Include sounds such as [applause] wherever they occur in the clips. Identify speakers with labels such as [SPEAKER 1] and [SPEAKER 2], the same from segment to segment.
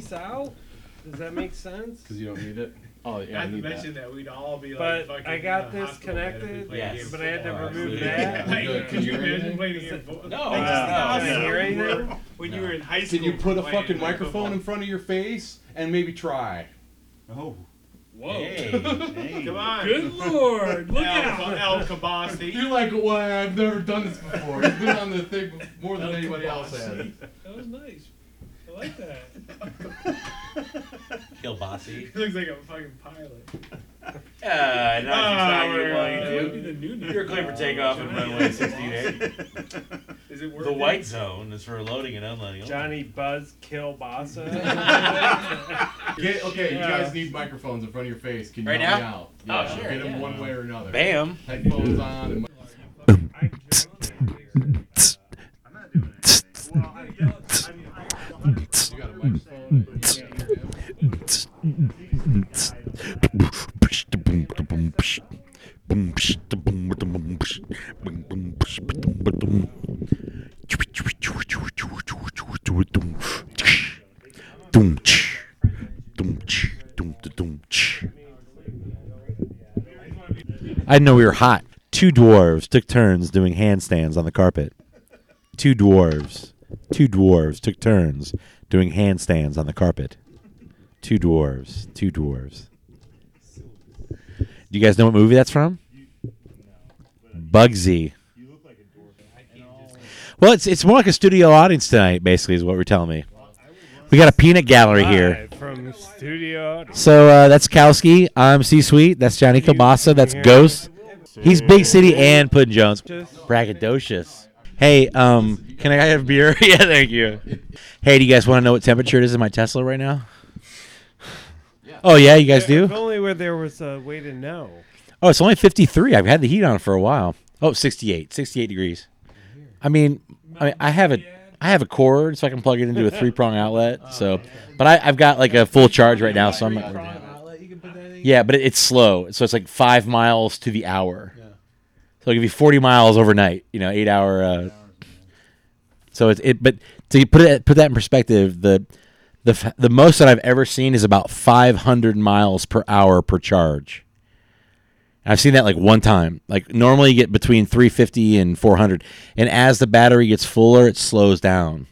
[SPEAKER 1] this out? Does that make sense?
[SPEAKER 2] Because you don't need it? Oh, yeah,
[SPEAKER 3] Not
[SPEAKER 2] I
[SPEAKER 3] to
[SPEAKER 2] need that.
[SPEAKER 3] mention that we'd all be like
[SPEAKER 1] But
[SPEAKER 3] fucking.
[SPEAKER 1] I
[SPEAKER 3] in
[SPEAKER 1] got
[SPEAKER 3] the
[SPEAKER 1] this
[SPEAKER 3] hospital bed if we
[SPEAKER 1] connected,
[SPEAKER 3] played
[SPEAKER 4] Yes.
[SPEAKER 3] games
[SPEAKER 1] but I had to
[SPEAKER 2] Oh,
[SPEAKER 1] remove
[SPEAKER 2] absolutely.
[SPEAKER 1] that.
[SPEAKER 2] Yeah. Good.
[SPEAKER 3] Like,
[SPEAKER 2] Can
[SPEAKER 3] could you
[SPEAKER 2] you hear
[SPEAKER 3] imagine
[SPEAKER 2] anything?
[SPEAKER 3] playing a game? of-
[SPEAKER 2] No.
[SPEAKER 3] Like,
[SPEAKER 2] No.
[SPEAKER 3] just
[SPEAKER 1] No.
[SPEAKER 3] us
[SPEAKER 1] Hear
[SPEAKER 3] when you were-
[SPEAKER 1] anything?
[SPEAKER 3] When you were in high school.
[SPEAKER 2] Can you put a
[SPEAKER 3] playing
[SPEAKER 2] fucking
[SPEAKER 3] like
[SPEAKER 2] microphone in front of your face and maybe try?
[SPEAKER 5] Oh.
[SPEAKER 1] Whoa.
[SPEAKER 5] Hey, hey.
[SPEAKER 3] Come on.
[SPEAKER 1] Good lord, look
[SPEAKER 3] El,
[SPEAKER 1] out.
[SPEAKER 3] El
[SPEAKER 1] [laughs]
[SPEAKER 3] Kabasi.
[SPEAKER 2] You're like, well, I've never done this before. It's been on the thing more than anybody else has.
[SPEAKER 1] That was nice. I like that.
[SPEAKER 4] Kilbasi.
[SPEAKER 3] He looks like a fucking pilot.
[SPEAKER 4] Uh, nice
[SPEAKER 3] Ah,
[SPEAKER 4] exciting
[SPEAKER 3] we're,
[SPEAKER 4] one.
[SPEAKER 3] uh,
[SPEAKER 1] That would be the new name.
[SPEAKER 4] You're clear for takeoff and runway 68.
[SPEAKER 3] Is it worth
[SPEAKER 4] The
[SPEAKER 3] it?
[SPEAKER 4] white zone is for loading and unloading.
[SPEAKER 1] Johnny Buzz [laughs] Kilbasa.
[SPEAKER 2] Get, okay, you
[SPEAKER 1] Yeah.
[SPEAKER 2] guys need microphones in front of your face. Can you
[SPEAKER 4] Right
[SPEAKER 2] help me
[SPEAKER 4] now?
[SPEAKER 2] out?
[SPEAKER 4] Oh,
[SPEAKER 2] Yeah,
[SPEAKER 4] sure,
[SPEAKER 2] Get them
[SPEAKER 4] yeah.
[SPEAKER 2] one way or another.
[SPEAKER 4] Bam.
[SPEAKER 2] Headphones on. And
[SPEAKER 1] I drone it.
[SPEAKER 5] I'm not doing anything. Well, I guess I mean, I- I'm 100%
[SPEAKER 2] you got a microphone. and you can't hear him.
[SPEAKER 4] I didn't know we were hot. Two dwarves took turns doing handstands on the carpet. Two dwarves. Two dwarves took turns doing handstands on the carpet. Two dwarves. Two dwarves. Do you guys know what movie that's from? Bugsy. Well, it's it's more like a studio audience tonight, basically, is what we're telling me. We got a peanut gallery here.
[SPEAKER 1] Live From studio.
[SPEAKER 4] So uh, that's Kowski. I'm C Sweet. That's Johnny Kabasa. That's Ghost. He's Big City and Puddin' Jones. Braggadocious. Hey, um, can I have beer? [laughs] yeah, thank you. Hey, do you guys want to know what temperature it is in my Tesla right now? Oh yeah, you guys
[SPEAKER 1] If
[SPEAKER 4] do.
[SPEAKER 1] only where there was a way to know.
[SPEAKER 4] Oh, it's only 53. I've had the heat on for a while. Oh, 68, 68 degrees. I mean, I mean, I have a, I have a cord, so I can plug it into a three prong outlet. So, but I, I've got like a full charge right now, so I'm not. Yeah, but it, it's slow, so it's like five miles to the hour. So it'll give you 40 miles overnight. You know, eight hour. Uh, so it's it, but to put it put that in perspective, the the f- the most that I've ever seen is about 500 miles per hour per charge. I've seen that like one time. Like normally you get between 350 and 400, and as the battery gets fuller, it slows down.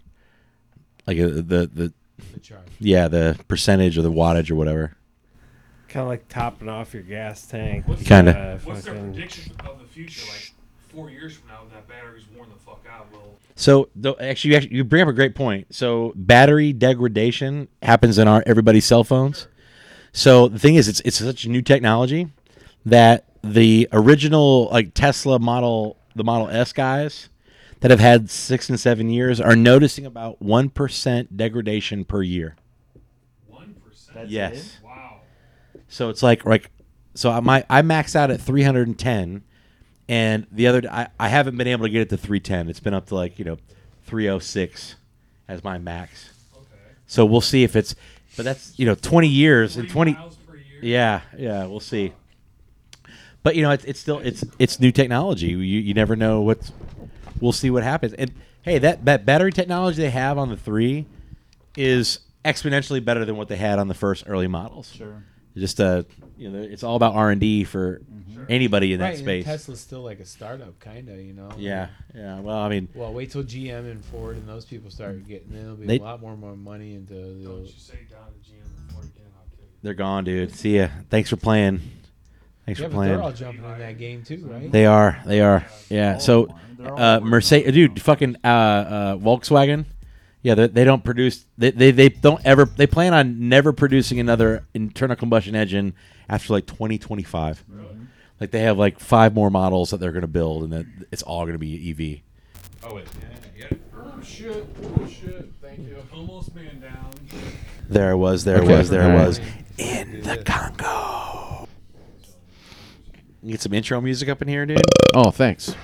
[SPEAKER 4] Like uh, the the, yeah, the percentage or the wattage or whatever.
[SPEAKER 1] Kind of like topping off your gas tank.
[SPEAKER 4] Kinda.
[SPEAKER 1] Uh,
[SPEAKER 6] What's their
[SPEAKER 1] fucking-
[SPEAKER 6] prediction of the future? Like four years from now, when that battery's worn the fuck out. Well,
[SPEAKER 4] So though, actually, you actually, you bring up a great point. So battery degradation happens in our everybody's cell phones. So the thing is, it's it's such new technology that the original like Tesla model, the Model S guys that have had six and seven years are noticing about one percent degradation per year.
[SPEAKER 6] one percent.
[SPEAKER 5] That's
[SPEAKER 4] yes.
[SPEAKER 5] it?
[SPEAKER 6] Wow.
[SPEAKER 4] So it's like like so I my I max out at 310 and the other d- I, I haven't been able to get it to 310. It's been up to like, you know, 306 as my max.
[SPEAKER 6] Okay.
[SPEAKER 4] So we'll see if it's but that's, you know, 20 years
[SPEAKER 6] Three
[SPEAKER 4] and 20
[SPEAKER 6] miles per year.
[SPEAKER 4] Yeah, yeah, we'll see. But you know, it's it's still it's it's new technology. You you never know what's we'll see what happens. And hey, that that battery technology they have on the 3 is exponentially better than what they had on the first early models
[SPEAKER 5] sure.
[SPEAKER 4] just uh you know it's all about r&d for anybody in that
[SPEAKER 7] right,
[SPEAKER 4] space
[SPEAKER 7] And Tesla's still like a startup, kind of, you know.
[SPEAKER 4] yeah yeah well i mean
[SPEAKER 7] Well, wait till GM and Ford and those people start getting. There'll be
[SPEAKER 4] They-
[SPEAKER 7] a lot more more money into
[SPEAKER 6] Don't
[SPEAKER 7] the.
[SPEAKER 6] you say down to GM before again? I'll kill you.
[SPEAKER 4] they're gone dude see ya thanks for playing thanks
[SPEAKER 7] Yeah,
[SPEAKER 4] for
[SPEAKER 7] but they're
[SPEAKER 4] playing
[SPEAKER 7] all jumping in that game too, right?
[SPEAKER 4] they are they are yeah
[SPEAKER 5] All
[SPEAKER 4] so
[SPEAKER 5] of them are. Oh, They're all
[SPEAKER 4] uh
[SPEAKER 5] working on
[SPEAKER 4] mercedes
[SPEAKER 5] it
[SPEAKER 4] dude
[SPEAKER 5] now.
[SPEAKER 4] fucking uh uh volkswagen yeah they, they don't produce they, they they don't ever they plan on never producing another internal combustion engine after like 2025 like they have like five more models that they're going to build and that it's all going to be E ev
[SPEAKER 6] Oh wait. Yeah.
[SPEAKER 2] Oh, shit. Oh, shit. Thank you.
[SPEAKER 6] Almost man down.
[SPEAKER 4] There it was, there it
[SPEAKER 7] Okay.
[SPEAKER 4] was, there it
[SPEAKER 7] Alright.
[SPEAKER 4] was. In the Congo. You Get some intro music up in here, dude.
[SPEAKER 2] Oh, thanks.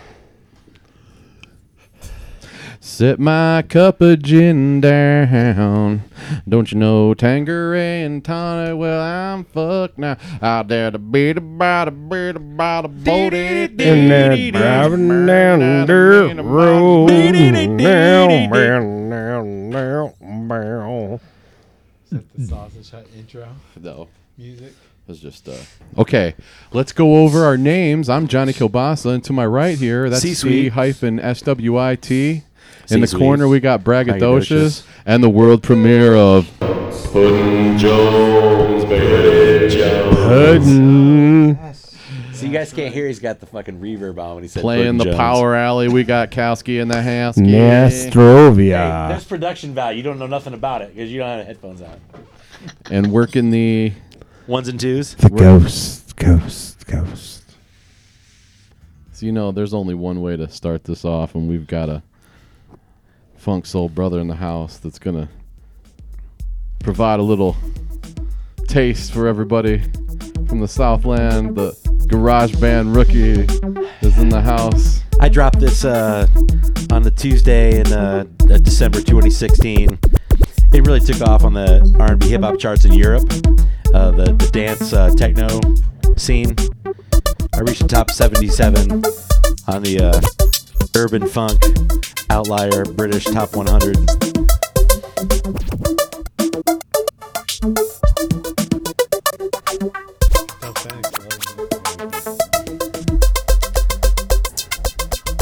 [SPEAKER 2] Sit my cup of gin down. Don't you know Tangeray and Tawny? Well, I'm fucked now. Out there to beat about a beat about a boat in
[SPEAKER 1] And then driving down dirt road. Now, now, now, now, now.
[SPEAKER 6] that the sausage hut intro
[SPEAKER 2] No,
[SPEAKER 6] music?
[SPEAKER 2] it's just uh. Okay, let's go over our names. I'm Johnny Kilbasa, and to my right here, that's
[SPEAKER 8] C-suite.
[SPEAKER 2] C hyphen S W I T. In the
[SPEAKER 8] C-suite.
[SPEAKER 2] corner, we got
[SPEAKER 8] Braggadocious.
[SPEAKER 2] braggadocious and the world premiere of Puddin' Jones, baby
[SPEAKER 1] Puddin'.
[SPEAKER 8] So you guys can't hear. He's got the fucking reverb on when he said
[SPEAKER 2] Playing
[SPEAKER 8] Burton
[SPEAKER 2] the
[SPEAKER 8] Jones.
[SPEAKER 2] power alley, we got Kowski and the house.
[SPEAKER 8] Hey,
[SPEAKER 1] Nastrovia.
[SPEAKER 8] there's production value. You don't know nothing about it because you don't have headphones on.
[SPEAKER 2] and working the
[SPEAKER 8] Ones and twos.
[SPEAKER 1] the ghost, ghost, ghost.
[SPEAKER 2] So you know, there's only one way to start this off, and we've got a funk soul brother in the house that's gonna provide a little taste for everybody from the Southland. The garage band rookie is in the house.
[SPEAKER 4] I dropped this uh, on the Tuesday in uh, uh, December 2016. It really took off on the R&B hip hop charts in Europe, uh, the, the dance uh, techno scene. I reached the top 77 on the uh, urban funk outlier British top 100.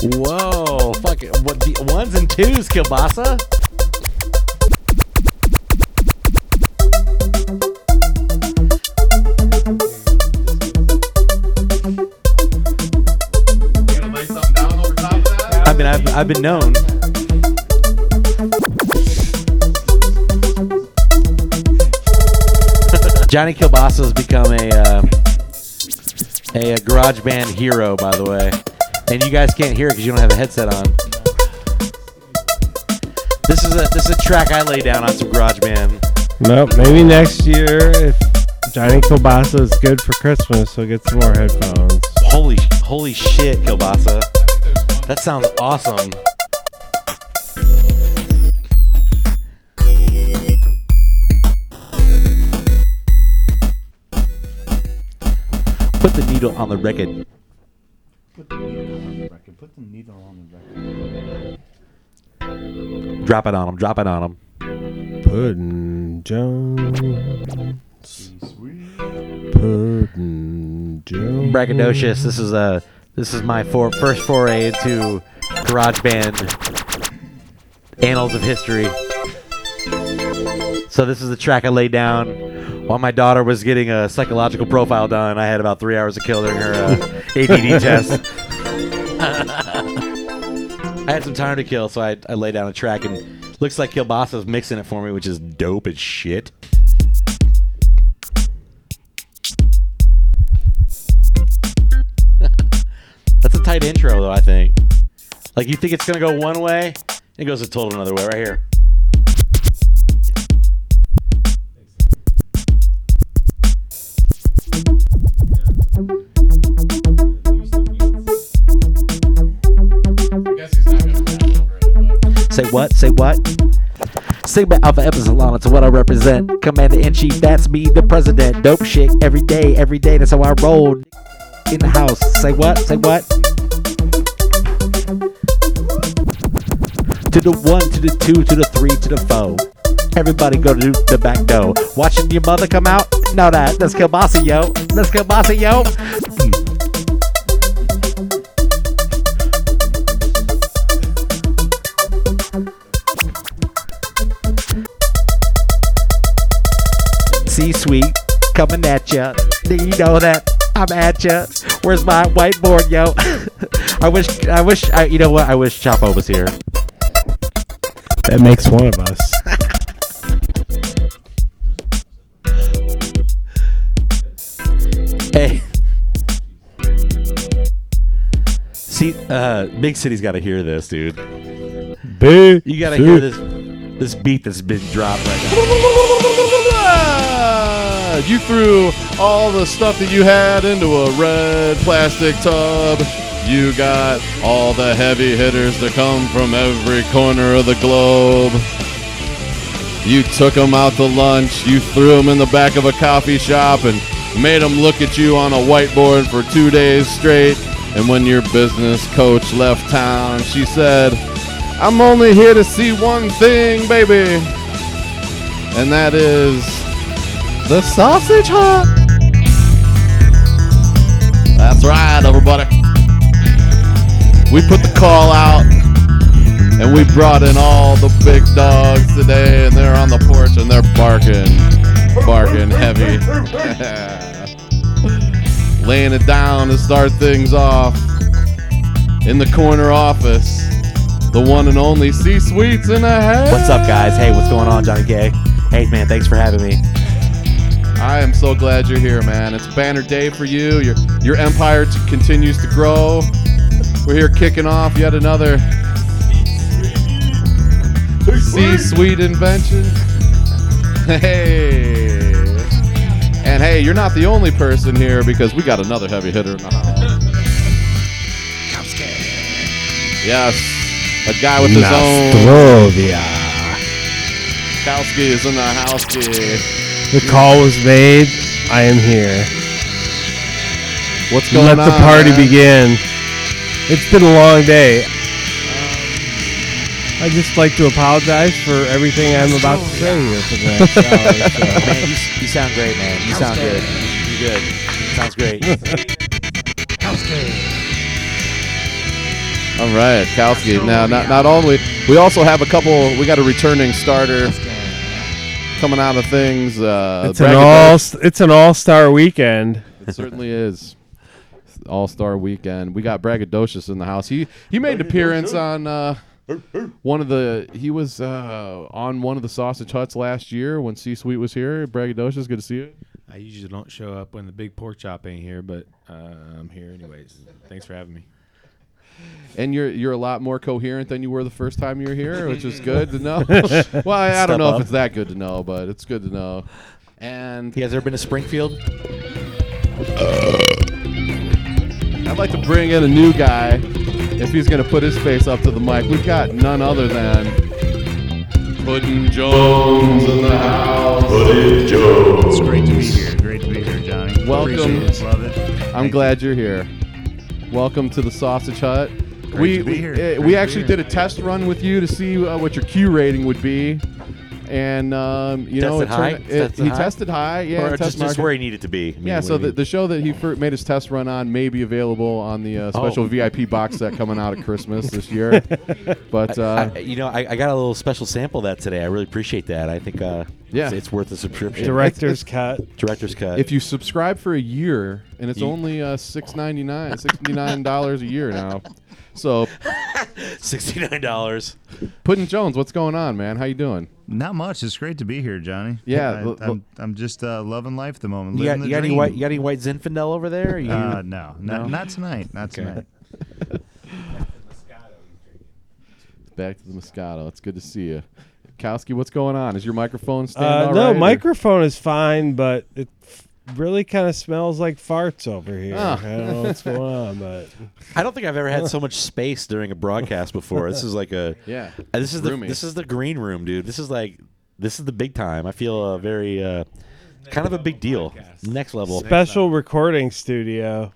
[SPEAKER 8] Whoa, fuck it. What, the ones and twos, kielbasa?
[SPEAKER 4] I mean, I've, I've been known.
[SPEAKER 8] Johnny Kilbasa's become a, uh, a uh, garage band hero, by the way. And you guys can't hear it because you don't have a headset on.
[SPEAKER 4] This is a this is a track I lay down on some garage band.
[SPEAKER 1] Well, maybe next year if Johnny Kielbasa is good for Christmas, he'll get some more headphones.
[SPEAKER 4] Holy holy shit, Kilbasa. That sounds awesome. Put the needle on the record.
[SPEAKER 5] Put the needle on the record. Put the needle on the record.
[SPEAKER 4] Drop it on him. Drop it on him.
[SPEAKER 1] Puddin' Jones. Puddin' Jones.
[SPEAKER 4] Braggadocious. This is a this is my for, first foray into garage band annals of history. So this is the track I laid down while my daughter was getting a psychological profile done. I had about three hours to kill during her uh, ADD test. [laughs] I had some time to kill, so I, I laid down a track and looks like Kilbasa's mixing it for me, which is dope as shit. That's a tight intro, though. I think. Like you think it's gonna go one way, it goes a total another way right here. Say what? Say what? Sigma Alpha Epsilon, it's what I represent. Commander in chief, that's me, the president. Dope shit every day, every day, that's how I roll. In the house. Say what? Say what? To the one, to the two, to the three, to the four. Everybody go to the back door. Watching your mother come out? No, that. Let's kill Bossy, yo. Let's kill Bossy, yo. C suite coming at ya. Do you know that I'm at ya? Where's my whiteboard, yo? I wish, I wish, I, you know what? I wish Chapo was here.
[SPEAKER 1] That makes one of us.
[SPEAKER 4] Hey. See, uh, Big City's got to hear this, dude.
[SPEAKER 1] Boo.
[SPEAKER 4] You got to hear this this beat that's been dropped right
[SPEAKER 2] You threw all the stuff that you had into a red plastic tub. You got all the heavy hitters to come from every corner of the globe. You took them out to lunch. You threw them in the back of a coffee shop and made them look at you on a whiteboard for two days straight. And when your business coach left town, she said, I'm only here to see one thing, baby. and that is the sausage hut. That's right, everybody. We put the call out, and we brought in all the big dogs today, and they're on the porch and they're barking, barking heavy. [laughs] Laying it down to start things off in the corner office. The one and only C Sweets in a house.
[SPEAKER 4] What's up, guys? Hey, what's going on, Johnny Gay? Hey, man, thanks for having me.
[SPEAKER 2] I am so glad you're here, man. It's banner day for you. Your your empire t- continues to grow. We're here kicking off yet another C-suite invention. [laughs] Hey. And hey, you're not the only person here because we got another heavy hitter in the house. Yes, a guy with his own. Kowski is in the house.
[SPEAKER 1] The call was made. I am here.
[SPEAKER 2] What's going
[SPEAKER 1] Let
[SPEAKER 2] on?
[SPEAKER 1] the party
[SPEAKER 2] man?
[SPEAKER 1] begin. It's been a long day. Um, I just like to apologize for everything I'm about to say here for the next hour. or so.
[SPEAKER 4] Man, you, s- you sound great, man. You sound good. You good. Sounds great.
[SPEAKER 2] All right, Kowski. Now, not, not only we also have a couple. We got a returning starter coming out of things. Uh,
[SPEAKER 1] It's an
[SPEAKER 2] Braggett
[SPEAKER 1] all.
[SPEAKER 2] Dykes.
[SPEAKER 1] It's an all-star weekend.
[SPEAKER 2] It certainly is. All Star Weekend. We got Braggadocious in the house. He he made an appearance on uh, one of the. He was uh, on one of the sausage huts last year when C Suite was here. Braggadocious, good to see you.
[SPEAKER 6] I usually don't show up when the big pork chop ain't here, but uh, I'm here anyways. Thanks for having me.
[SPEAKER 2] And you're you're a lot more coherent than you were the first time you were here, which is good
[SPEAKER 6] [laughs]
[SPEAKER 2] to know. well, I, I don't
[SPEAKER 4] Step
[SPEAKER 2] know
[SPEAKER 4] up.
[SPEAKER 2] if it's that good to know, but it's good to know. And
[SPEAKER 4] You guys ever been to Springfield?
[SPEAKER 2] I'd like to bring in a new guy if he's going to put his face up to the mic. We've got none other than Puddin Jones in the house.
[SPEAKER 9] It's great to be here. Great to be here, Johnny.
[SPEAKER 2] Welcome.
[SPEAKER 9] Appreciate it. Love it.
[SPEAKER 2] I'm glad you're here. Welcome to the Sausage Hut. we
[SPEAKER 9] to be
[SPEAKER 2] we-
[SPEAKER 9] here.
[SPEAKER 2] uh,
[SPEAKER 9] Great
[SPEAKER 2] we
[SPEAKER 9] to
[SPEAKER 2] actually
[SPEAKER 9] be
[SPEAKER 2] did
[SPEAKER 9] here.
[SPEAKER 2] a test run with you to see uh, what your Q rating would be, and um, you know
[SPEAKER 4] Tested
[SPEAKER 2] it turned-
[SPEAKER 4] high?
[SPEAKER 2] it-
[SPEAKER 4] Tested
[SPEAKER 2] he
[SPEAKER 4] high?
[SPEAKER 2] tested high. Yeah,
[SPEAKER 4] or
[SPEAKER 2] test
[SPEAKER 4] just, just
[SPEAKER 2] market.
[SPEAKER 4] where he needed to be. I mean,
[SPEAKER 2] Yeah,
[SPEAKER 4] what
[SPEAKER 2] so
[SPEAKER 4] do
[SPEAKER 2] the,
[SPEAKER 4] you
[SPEAKER 2] the show that he fir- made his test run on may be available on the
[SPEAKER 4] Oh.
[SPEAKER 2] uh, special VIP box set coming out at Christmas this
[SPEAKER 4] [laughs]
[SPEAKER 2] year. But uh,
[SPEAKER 4] mean? I- you know, I, I got a little special sample of that today. I really appreciate that. I think uh,
[SPEAKER 2] Yeah.
[SPEAKER 4] it's, it's worth the subscription. [laughs]
[SPEAKER 1] Director's cut.
[SPEAKER 4] Director's cut.
[SPEAKER 2] if you subscribe for a year, and it's
[SPEAKER 4] You-
[SPEAKER 2] only uh, six ninety
[SPEAKER 4] [laughs]
[SPEAKER 2] nine, sixty nine dollars a year now. So,
[SPEAKER 4] sixty nine dollars.
[SPEAKER 2] Puddin Jones, what's going on, man? How you doing?
[SPEAKER 9] Not much. It's great to be here, Johnny.
[SPEAKER 2] Yeah,
[SPEAKER 9] I,
[SPEAKER 2] l- l-
[SPEAKER 9] am I'm just uh, loving life at the moment.
[SPEAKER 4] You got,
[SPEAKER 9] living the
[SPEAKER 4] you got any
[SPEAKER 9] dream.
[SPEAKER 4] white? You got any white Zinfandel over there? You-
[SPEAKER 9] Uh, no, not, not tonight. Not tonight.
[SPEAKER 2] Back to the Moscato. It's good to see you. Kowski, what's going on? Is your microphone staying
[SPEAKER 1] Uh,
[SPEAKER 2] all
[SPEAKER 1] no,
[SPEAKER 2] right, or-
[SPEAKER 1] microphone is fine, but it f- really kind of smells like farts over here.
[SPEAKER 2] Ah.
[SPEAKER 1] I don't know what's going on,
[SPEAKER 9] [laughs]
[SPEAKER 1] but
[SPEAKER 4] I don't think I've ever had so much space during a broadcast before. This is like [laughs] a
[SPEAKER 2] Yeah.
[SPEAKER 4] Uh, This is the
[SPEAKER 2] Roomy.
[SPEAKER 4] this is the green room, dude. This is like this is the big time. I feel uh, very uh, kind of a big deal. Next level.
[SPEAKER 1] special recording studio.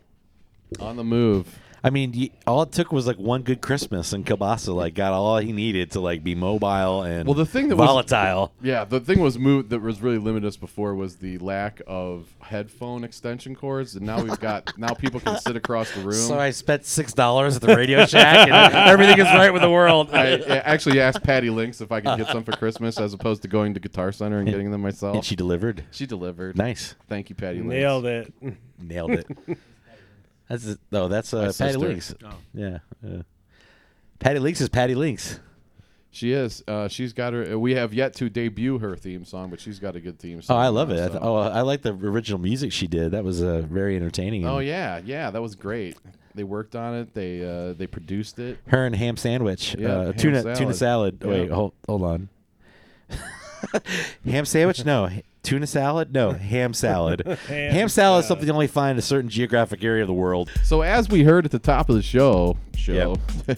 [SPEAKER 2] on the move.
[SPEAKER 4] I mean, y all it took was like one good Christmas, and Kabasa like got all he needed to like be mobile and
[SPEAKER 2] Well, the thing that was-
[SPEAKER 4] volatile.
[SPEAKER 2] Yeah, the thing was moved that was really limited us before was the lack of headphone extension cords, and now we've got now people can sit across the room.
[SPEAKER 4] so I spent six dollars at the Radio Shack, and everything is right with the world.
[SPEAKER 2] I I actually asked Patty Links if I could get some for Christmas as opposed to going to Guitar Center and getting them myself.
[SPEAKER 4] [laughs] and she delivered.
[SPEAKER 2] She delivered.
[SPEAKER 4] Nice,
[SPEAKER 2] Thank you, Patty Links.
[SPEAKER 1] Nailed it.
[SPEAKER 4] nailed it. [laughs] that's it. oh, that's uh, Patty
[SPEAKER 2] sister.
[SPEAKER 4] Links. Yeah, yeah. Patty Links is Patty Links.
[SPEAKER 2] She is. Uh, she's got her. We have yet to debut her theme song, but she's got a good theme
[SPEAKER 4] Oh,
[SPEAKER 2] song.
[SPEAKER 4] I love it. I
[SPEAKER 2] so-
[SPEAKER 4] th- oh, I like the original music she did. That was uh, very entertaining.
[SPEAKER 2] Oh,
[SPEAKER 4] And
[SPEAKER 2] yeah, yeah. That was great. They worked on it. They uh, they produced it.
[SPEAKER 4] Her and ham sandwich.
[SPEAKER 2] Yeah,
[SPEAKER 4] uh,
[SPEAKER 2] ham
[SPEAKER 4] tuna
[SPEAKER 2] salad.
[SPEAKER 4] tuna salad. Oh, Wait,
[SPEAKER 2] Yeah.
[SPEAKER 4] hold hold on. [laughs] ham sandwich? No. H- Tuna salad? No. Ham salad. [laughs] ham, salad is something you only find in a certain geographic area of the world.
[SPEAKER 2] So as we heard at the top of the show, show, [laughs]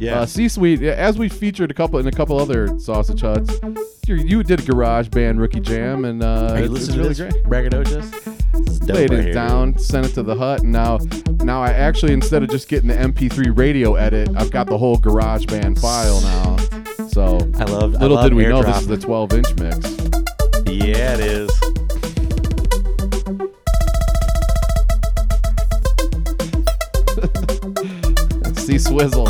[SPEAKER 4] Yeah.
[SPEAKER 2] uh, C-suite. yeah, As we featured a couple in a couple other sausage huts, you, you did a garage band rookie jam, and uh,
[SPEAKER 4] Are you
[SPEAKER 2] it's- it's
[SPEAKER 4] listening
[SPEAKER 2] really
[SPEAKER 4] to
[SPEAKER 2] great.
[SPEAKER 4] this? Braggadocious? This is dope
[SPEAKER 2] laid
[SPEAKER 4] right
[SPEAKER 2] it
[SPEAKER 4] here.
[SPEAKER 2] down, sent it to the hut, and now now I actually instead of just getting the MP3 radio edit, I've got the whole GarageBand file now. So
[SPEAKER 4] I love.
[SPEAKER 2] little
[SPEAKER 4] I love
[SPEAKER 2] did we know this
[SPEAKER 4] airdrop.
[SPEAKER 2] is the 12 inch mix.
[SPEAKER 4] Yeah, it is.
[SPEAKER 2] See Swizzle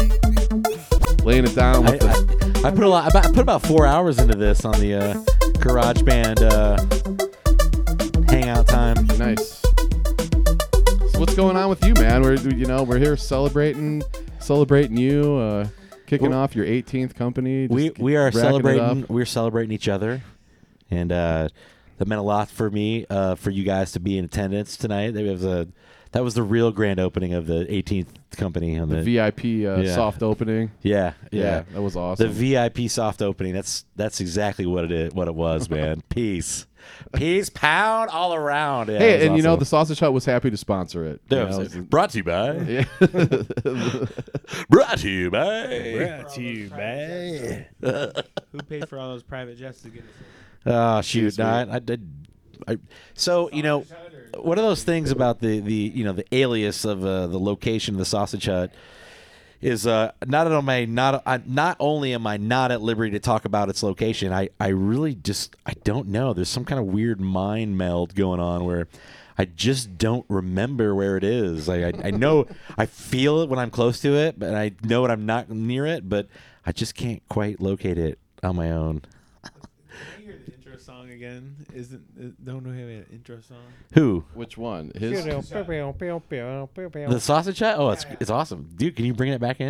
[SPEAKER 2] laying it down
[SPEAKER 4] I,
[SPEAKER 2] with the
[SPEAKER 4] I, I put a lot. about- I put about four hours into this on the uh, GarageBand uh, hangout time.
[SPEAKER 2] nice. So what's going on with you, man? We're you know we're here celebrating celebrating you, uh, kicking off your 18th company. just
[SPEAKER 4] We we are
[SPEAKER 2] racking it up.
[SPEAKER 4] celebrating. We're celebrating each other, and uh, that meant a lot for me, uh, for you guys to be in attendance tonight. That was a that was the real grand opening of the 18th company on the,
[SPEAKER 2] VIP uh,
[SPEAKER 4] Yeah.
[SPEAKER 2] soft opening.
[SPEAKER 4] yeah
[SPEAKER 2] Yeah,
[SPEAKER 4] yeah
[SPEAKER 2] that was
[SPEAKER 4] the
[SPEAKER 2] awesome.
[SPEAKER 4] VIP soft opening. That's that's exactly what it is, what it
[SPEAKER 2] [laughs]
[SPEAKER 4] was, man. Peace, peace, pound all around. Yeah,
[SPEAKER 2] hey,
[SPEAKER 4] it
[SPEAKER 2] and
[SPEAKER 4] was
[SPEAKER 2] you know
[SPEAKER 4] awesome.
[SPEAKER 2] the sausage hut was happy to sponsor it.
[SPEAKER 4] That
[SPEAKER 2] You
[SPEAKER 4] was
[SPEAKER 2] know,
[SPEAKER 4] it. brought to
[SPEAKER 2] [laughs]
[SPEAKER 4] you by. [laughs] brought to you by.
[SPEAKER 6] Who paid for all those private jets to get us? in?
[SPEAKER 4] Oh shoot! No, I, I did. I, so you know, one of those things about the the you know the alias of uh, the location of the sausage hut is uh, not only am I not I, not only am I not at liberty to talk about its location, I I really just I don't know. There's some kind of weird mind meld going on where. I just don't remember where it is. I, I, I know [laughs] I feel it when I'm close to it, but I know when I'm not near it, but I just can't quite locate it on my own.
[SPEAKER 6] Can you hear the intro song again? Isn't uh, don't we have an intro song?
[SPEAKER 4] Who?
[SPEAKER 2] Which one? His.
[SPEAKER 4] The sausage chat? Oh, it's, it's awesome. Dude, can you bring it back in?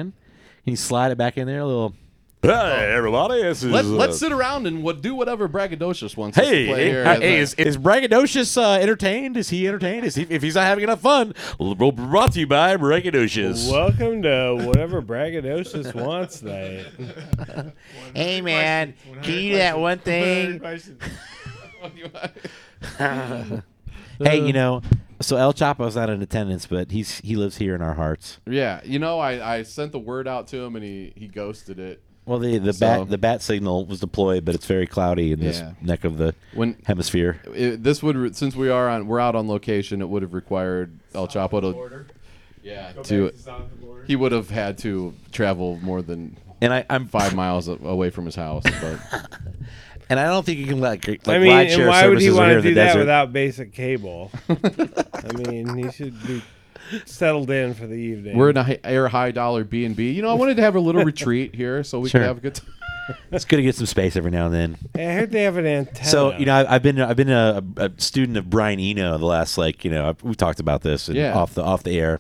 [SPEAKER 4] Can you slide it back in there a little? Hey, everybody. This is, uh,
[SPEAKER 2] Let, let's sit around and what, do whatever braggadocious wants us to play here. as a-
[SPEAKER 4] is Braggadocious uh, entertained? Is he entertained? Is he, if he's not having enough fun, l- brought to you by Braggadocious.
[SPEAKER 1] Welcome to whatever braggadocious wants night.
[SPEAKER 4] Hey, man, can you do that one thing? hey, you know, so El Chapo's not in attendance, but he's he lives here in our hearts.
[SPEAKER 2] [laughs] yeah, you know, I, I sent the word out to him and he, he ghosted it.
[SPEAKER 4] Well, the, the,
[SPEAKER 2] So-
[SPEAKER 4] bat, the bat signal was deployed, but it's very cloudy in this
[SPEAKER 2] Yeah.
[SPEAKER 4] neck of the
[SPEAKER 2] When
[SPEAKER 4] hemisphere.
[SPEAKER 2] it, this would re- since we are on we're out on location, it would have required El Chapo to yeah to he would have had to travel more than
[SPEAKER 4] And I, I'm
[SPEAKER 2] five miles a- away from his house. But
[SPEAKER 4] And I don't think you can like, like
[SPEAKER 1] I mean,
[SPEAKER 4] ride share
[SPEAKER 1] and why would
[SPEAKER 4] services
[SPEAKER 1] he
[SPEAKER 4] are
[SPEAKER 1] want
[SPEAKER 4] here
[SPEAKER 1] to do
[SPEAKER 4] in the
[SPEAKER 1] that
[SPEAKER 4] desert.
[SPEAKER 1] without basic
[SPEAKER 4] [laughs]
[SPEAKER 1] cable? I mean, he should be settled in for the evening.
[SPEAKER 2] we're in a hi- air high dollar B and B. You know, I wanted to have a little retreat here so we
[SPEAKER 4] Sure.
[SPEAKER 2] could have a good time.
[SPEAKER 4] it's good to get some space every now and then.
[SPEAKER 1] Hey, I heard they have an antenna.
[SPEAKER 4] So you know, I, I've been I've been a, a student of Brian Eno the last like you know I- we talked about this and
[SPEAKER 2] Yeah.
[SPEAKER 4] off the off the air,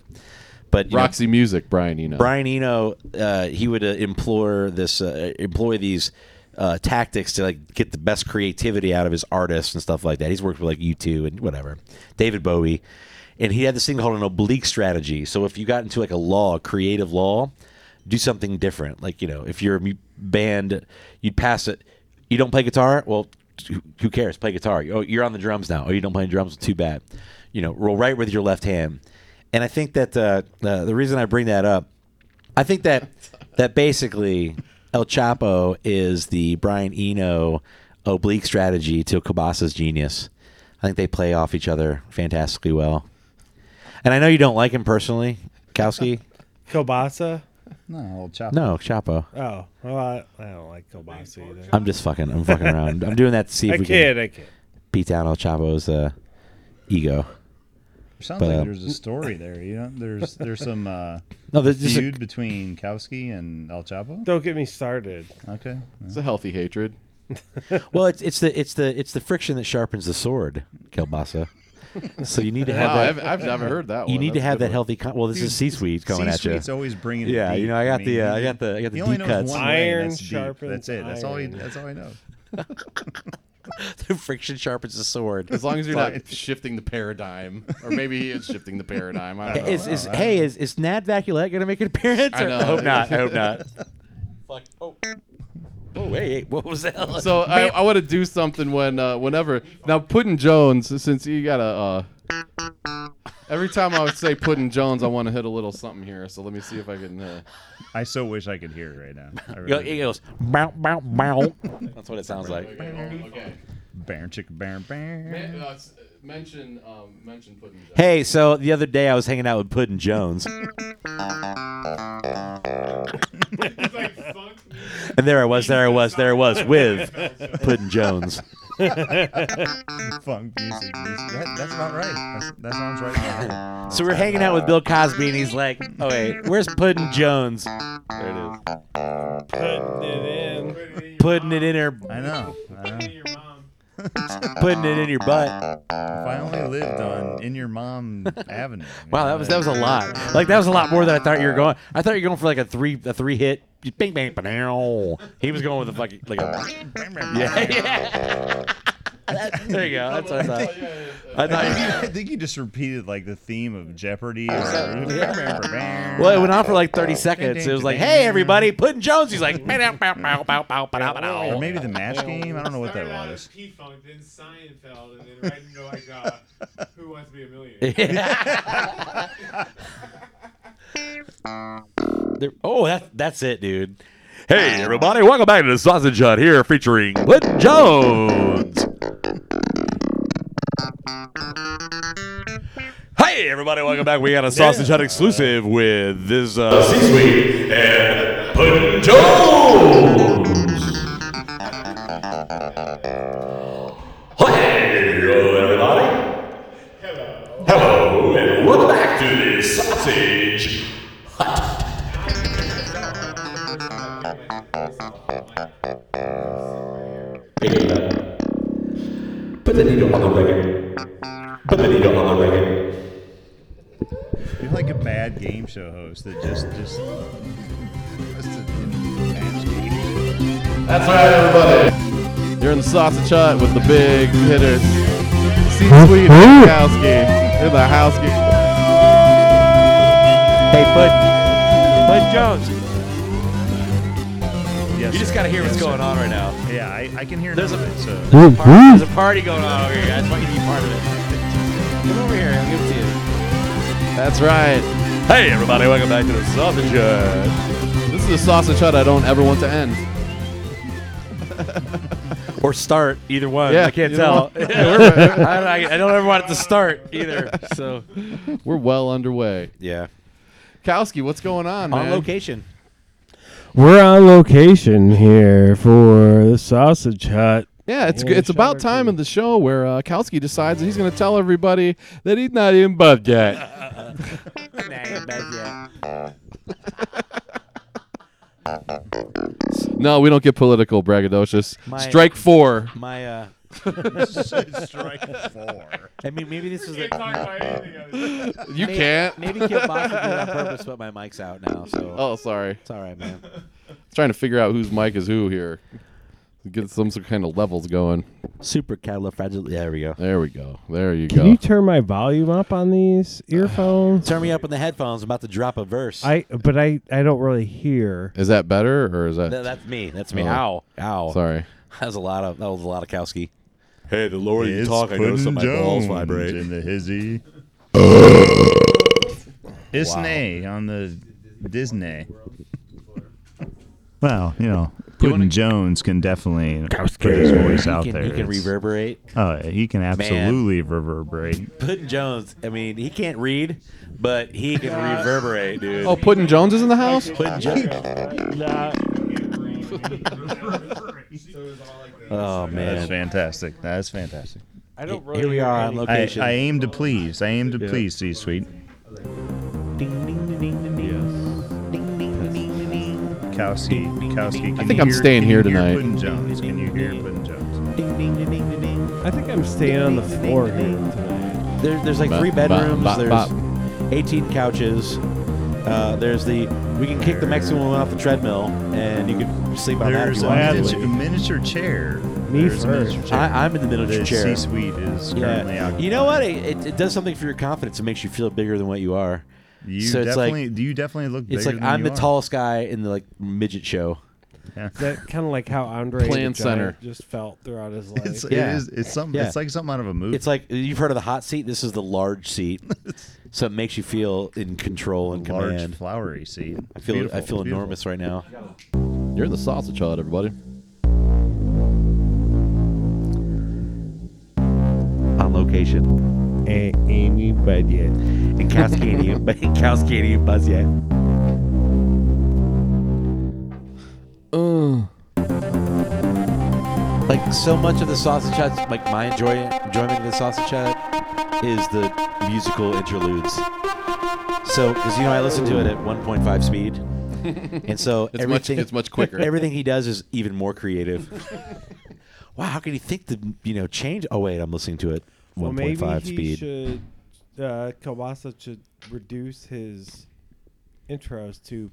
[SPEAKER 4] but you know,
[SPEAKER 2] Roxy Music, Brian. You know,
[SPEAKER 4] Brian Eno uh, he would uh, implore this uh, employ these. Uh, tactics to like get the best creativity out of his artists and stuff like that. He's worked with like U2 and whatever, David Bowie, and he had this thing called an oblique strategy. So if you got into like a law, creative law, do something different. Like you know, if you're a mu- band, you'd pass it. You don't play guitar? Well, who- who cares? Play guitar. Oh, you're on the drums now. Oh, you don't play drums? Too bad. You know, roll right with your left hand. And I think that uh, uh, the reason I bring that up, I think that that basically El Chapo is the Brian Eno oblique strategy to Cabasa's genius. I think they play off each other fantastically well. And I know you don't like him personally, Kowski.
[SPEAKER 1] kielbasa.
[SPEAKER 5] No, old chop.
[SPEAKER 4] No, Chapo.
[SPEAKER 1] Oh, well, I, I don't like kielbasa either.
[SPEAKER 4] I'm just fucking. I'm fucking around. I'm doing that to see if
[SPEAKER 1] I
[SPEAKER 4] we
[SPEAKER 1] kid,
[SPEAKER 4] can
[SPEAKER 1] I kid.
[SPEAKER 4] beat down El Chapo's uh, ego.
[SPEAKER 5] Sounds
[SPEAKER 4] but,
[SPEAKER 5] like
[SPEAKER 4] uh,
[SPEAKER 5] there's a story there. You know, there's there's some uh,
[SPEAKER 4] No, there's [laughs] just
[SPEAKER 5] feud between Kowski and El Chapo.
[SPEAKER 1] Don't get me started.
[SPEAKER 5] Okay.
[SPEAKER 2] it's a healthy hatred.
[SPEAKER 4] well, it's, it's the it's the it's the friction that sharpens the sword, Kelbasa. So you need to have
[SPEAKER 2] Wow,
[SPEAKER 4] that.
[SPEAKER 2] I've, I've never heard that.
[SPEAKER 4] you
[SPEAKER 2] one.
[SPEAKER 4] need to
[SPEAKER 2] That's a
[SPEAKER 4] have
[SPEAKER 2] good
[SPEAKER 4] that
[SPEAKER 2] one.
[SPEAKER 4] healthy. Con- well, this is C-suite coming at you.
[SPEAKER 5] It's always bringing it.
[SPEAKER 4] Yeah, you
[SPEAKER 5] deep.
[SPEAKER 4] know, I got the, uh,
[SPEAKER 5] he-
[SPEAKER 4] I got the- I got the
[SPEAKER 5] he only
[SPEAKER 4] deep
[SPEAKER 5] knows
[SPEAKER 4] cuts.
[SPEAKER 5] One way, and
[SPEAKER 1] Iron
[SPEAKER 5] that's deep.
[SPEAKER 1] sharpens
[SPEAKER 5] That's it. That's all. He,
[SPEAKER 1] iron.
[SPEAKER 5] that's all I know.
[SPEAKER 4] [laughs] the friction sharpens the sword.
[SPEAKER 2] As long as you're
[SPEAKER 4] [laughs]
[SPEAKER 5] Fine.
[SPEAKER 2] not shifting the paradigm, or maybe he is shifting the paradigm. I
[SPEAKER 4] [laughs]
[SPEAKER 2] don't know.
[SPEAKER 4] Is, is hey is is Nad Vaculette gonna make an appearance?
[SPEAKER 2] I
[SPEAKER 4] or-
[SPEAKER 2] know.
[SPEAKER 4] hope not. Uh, I hope [laughs] not. Fuck. Oh. Oh wait, what was that? [laughs]
[SPEAKER 2] So I, I want to do something when uh, whenever now Puddin Jones since you got a uh, every time I would say Puddin Jones I want to hit a little something here so let me see if I can uh,
[SPEAKER 5] I so wish I could hear it right now. I
[SPEAKER 4] Go-
[SPEAKER 5] really
[SPEAKER 4] it goes bow bow bow. That's what it sounds like.
[SPEAKER 2] okay
[SPEAKER 5] Baron chick baron baron.
[SPEAKER 2] Uh, mention um, mention Puddin Jones
[SPEAKER 4] Hey, so the other day I was hanging out with Puddin [laughs] Jones,
[SPEAKER 3] It's like funk music.
[SPEAKER 4] and there I was, there I was, there I was with Puddin Jones.
[SPEAKER 5] Funk music. That, that's about right. That's, that sounds right.
[SPEAKER 4] So we're hanging out with Bill Cosby, and he's like, "Oh wait, where's Puddin' Jones? There it is.
[SPEAKER 1] Putting it in.
[SPEAKER 4] Putting it in her,
[SPEAKER 5] I know. I know.
[SPEAKER 3] Your mom.
[SPEAKER 4] putting it in your butt.
[SPEAKER 5] If I only lived on in your mom
[SPEAKER 4] [laughs]
[SPEAKER 5] avenue.
[SPEAKER 4] Wow, that was that was a lot. Like that was a lot more than I thought you were going. I thought you were going for like a three a three hit. Just Bing bang bang. He was going with a fucking like a yeah [laughs] yeah. [laughs] That- there you go. That's what I thought. I
[SPEAKER 5] I
[SPEAKER 4] thought.
[SPEAKER 5] think,
[SPEAKER 4] You,
[SPEAKER 5] you, I think you just repeated like the theme of Jeopardy. Or
[SPEAKER 4] [laughs] well, it went on for like 30 seconds. It was like, "Hey everybody, Puddin' Jones." He's like, "Bow, bow, bow, bow, bow, bow,
[SPEAKER 5] or
[SPEAKER 4] bow."
[SPEAKER 5] maybe the match game. I don't know what that
[SPEAKER 3] Started out
[SPEAKER 5] was.
[SPEAKER 3] as P Funk, then Seinfeld, and then right into like uh,
[SPEAKER 2] [laughs]
[SPEAKER 3] Who Wants to Be a Millionaire?
[SPEAKER 4] There- oh, that that's it, dude.
[SPEAKER 2] Hey, everybody, welcome back to the Sausage Hut here featuring Clint Jones. Hey, everybody, welcome back. We got a Sausage Hut exclusive with this uh, C-Suite and Puddin' Jones. Hey, everybody. Hello. Hello, and welcome back to the Sausage
[SPEAKER 5] You're like a bad game show host that just just. just a match game. [laughs]
[SPEAKER 2] That's right, everybody. You're in the sausage hut with the big hitters. C-suite Kowski. You're the Howski.
[SPEAKER 4] Hey, Bud, Bud Jones,
[SPEAKER 5] Yes,
[SPEAKER 4] you just gotta hear what's
[SPEAKER 5] Yes, sir.
[SPEAKER 4] going on right now.
[SPEAKER 5] Yeah, I, I can hear
[SPEAKER 4] There's
[SPEAKER 5] none
[SPEAKER 4] a-
[SPEAKER 5] of it. So.
[SPEAKER 4] There's a party going on over here, guys. Why can't you be part of it? Come over here. I'll give it to you.
[SPEAKER 2] That's right. Hey, everybody, welcome back to the sausage hut. This is a sausage hut I don't ever want to end.
[SPEAKER 4] Or start, either one.
[SPEAKER 2] Yeah,
[SPEAKER 4] I can't
[SPEAKER 2] either
[SPEAKER 4] [laughs] tell.
[SPEAKER 2] one.
[SPEAKER 4] I, don't, I don't ever want it to start either. So
[SPEAKER 2] We're well underway.
[SPEAKER 4] yeah,
[SPEAKER 2] Kowski, what's going on,
[SPEAKER 4] on
[SPEAKER 2] man?
[SPEAKER 4] location.
[SPEAKER 1] We're on location here for the Sausage Hut.
[SPEAKER 2] Yeah, it's
[SPEAKER 1] Yeah,
[SPEAKER 2] it's
[SPEAKER 1] shout
[SPEAKER 2] about
[SPEAKER 1] out
[SPEAKER 2] time
[SPEAKER 1] to-
[SPEAKER 2] in the show where uh, Kowski decides that he's going to tell everybody that he's not even buffed
[SPEAKER 5] [laughs]
[SPEAKER 2] yet. No, we don't get political, braggadocious.
[SPEAKER 4] My-
[SPEAKER 2] Strike four.
[SPEAKER 4] My uh,
[SPEAKER 5] Strike four.
[SPEAKER 4] I mean, maybe this is
[SPEAKER 3] Can't talk about anything other than
[SPEAKER 2] You can't.
[SPEAKER 4] Maybe Kielbasa did [laughs] it on purpose, but my mic's out now, so
[SPEAKER 2] Oh, sorry.
[SPEAKER 4] it's all right, man.
[SPEAKER 2] trying to figure out whose mic is who here. Get some, some kind of levels going.
[SPEAKER 4] Super califragil. There we go.
[SPEAKER 2] There we go. There you
[SPEAKER 1] Can
[SPEAKER 2] go.
[SPEAKER 1] you turn my volume up on these earphones?
[SPEAKER 4] Turn me up in the headphones. I'm about to drop a verse.
[SPEAKER 1] I but I I don't really hear.
[SPEAKER 2] is that better or is that?
[SPEAKER 4] Th- that's me. That's me.
[SPEAKER 2] Oh.
[SPEAKER 4] Ow. Ow.
[SPEAKER 2] sorry.
[SPEAKER 4] That was a lot of that was a lot of Kowski.
[SPEAKER 2] Hey, the lower
[SPEAKER 5] It's Puddin' Jones in the hizzy. Disney on the Disney. Well, you know, Puddin' Jones can definitely put his voice out
[SPEAKER 4] He can,
[SPEAKER 5] there.
[SPEAKER 4] he can
[SPEAKER 5] It's-
[SPEAKER 4] reverberate.
[SPEAKER 5] Oh, yeah, he can absolutely reverberate.
[SPEAKER 4] Puddin' Jones. I mean, he can't read, but he can reverberate, dude.
[SPEAKER 2] Oh, Puddin' Jones is in the house.
[SPEAKER 4] Puddin' Jones. oh
[SPEAKER 5] That's
[SPEAKER 4] man.
[SPEAKER 5] fantastic. That is fantastic.
[SPEAKER 8] I don't
[SPEAKER 4] Here we are on
[SPEAKER 5] I,
[SPEAKER 4] location.
[SPEAKER 5] I aim to please. I aim to please, C Suite. Kowski, Kowski.
[SPEAKER 2] I think I'm staying here tonight.
[SPEAKER 5] Puddin Jones. Can you hear Puddin Jones?
[SPEAKER 1] I think I'm staying on the floor here
[SPEAKER 4] [laughs]
[SPEAKER 1] tonight.
[SPEAKER 4] There, there's like
[SPEAKER 2] Bop,
[SPEAKER 4] three
[SPEAKER 2] bop,
[SPEAKER 4] bedrooms.
[SPEAKER 2] bop,
[SPEAKER 4] there's
[SPEAKER 2] bop.
[SPEAKER 4] 18 couches. Uh, there's the we can kick the Mexican woman off the treadmill, and you can sleep on
[SPEAKER 5] There's a
[SPEAKER 4] that if you
[SPEAKER 5] miniature,
[SPEAKER 4] want to.
[SPEAKER 5] miniature chair.
[SPEAKER 1] Me
[SPEAKER 5] There's a
[SPEAKER 1] first.
[SPEAKER 5] miniature chair.
[SPEAKER 4] I, I'm in the middle of
[SPEAKER 5] the
[SPEAKER 4] the chair.
[SPEAKER 5] C Suite is currently
[SPEAKER 4] Yeah.
[SPEAKER 5] occupied.
[SPEAKER 4] You know what? It, it, it does something for your confidence. It makes you feel bigger than what you are.
[SPEAKER 5] You
[SPEAKER 4] so it's like
[SPEAKER 5] definitely, do you definitely look bigger
[SPEAKER 4] it's like
[SPEAKER 5] than
[SPEAKER 4] I'm
[SPEAKER 5] you
[SPEAKER 4] the
[SPEAKER 5] are.
[SPEAKER 4] tallest guy in the like midget show.
[SPEAKER 1] Is that kind of like how Andre the
[SPEAKER 2] Plan
[SPEAKER 1] Giant
[SPEAKER 2] center.
[SPEAKER 1] just felt throughout
[SPEAKER 4] [laughs]
[SPEAKER 1] his life?
[SPEAKER 5] [laughs] It's,
[SPEAKER 4] Yeah.
[SPEAKER 5] it is, it's, something,
[SPEAKER 4] Yeah.
[SPEAKER 5] it's like something out of a movie.
[SPEAKER 4] It's like you've heard of the hot seat. This is the large
[SPEAKER 5] [laughs]
[SPEAKER 4] seat, so it makes you feel in control and
[SPEAKER 5] large,
[SPEAKER 4] command.
[SPEAKER 5] flowery seat.
[SPEAKER 4] I feel I feel enormous right now.
[SPEAKER 2] You're in the sausage hut, everybody.
[SPEAKER 4] On location
[SPEAKER 1] A- Amy Budget.
[SPEAKER 4] in Cascadia, but in Cascadia, Buzz yet.
[SPEAKER 2] Uh.
[SPEAKER 4] Like so much of the sausage hut, like my enjoy, enjoyment of the sausage hut is the musical interludes. So, because you know, I listen to it at
[SPEAKER 1] [laughs]
[SPEAKER 4] 1.5 speed, and so
[SPEAKER 2] It's much-
[SPEAKER 4] everything
[SPEAKER 2] it's much quicker.
[SPEAKER 4] Everything he does is even
[SPEAKER 1] [laughs]
[SPEAKER 4] more creative. wow, how can he think to you know change? Oh wait, I'm listening to it 1.5
[SPEAKER 1] Well, maybe he
[SPEAKER 4] speed.
[SPEAKER 1] should. Uh, Kawasa should reduce his intros to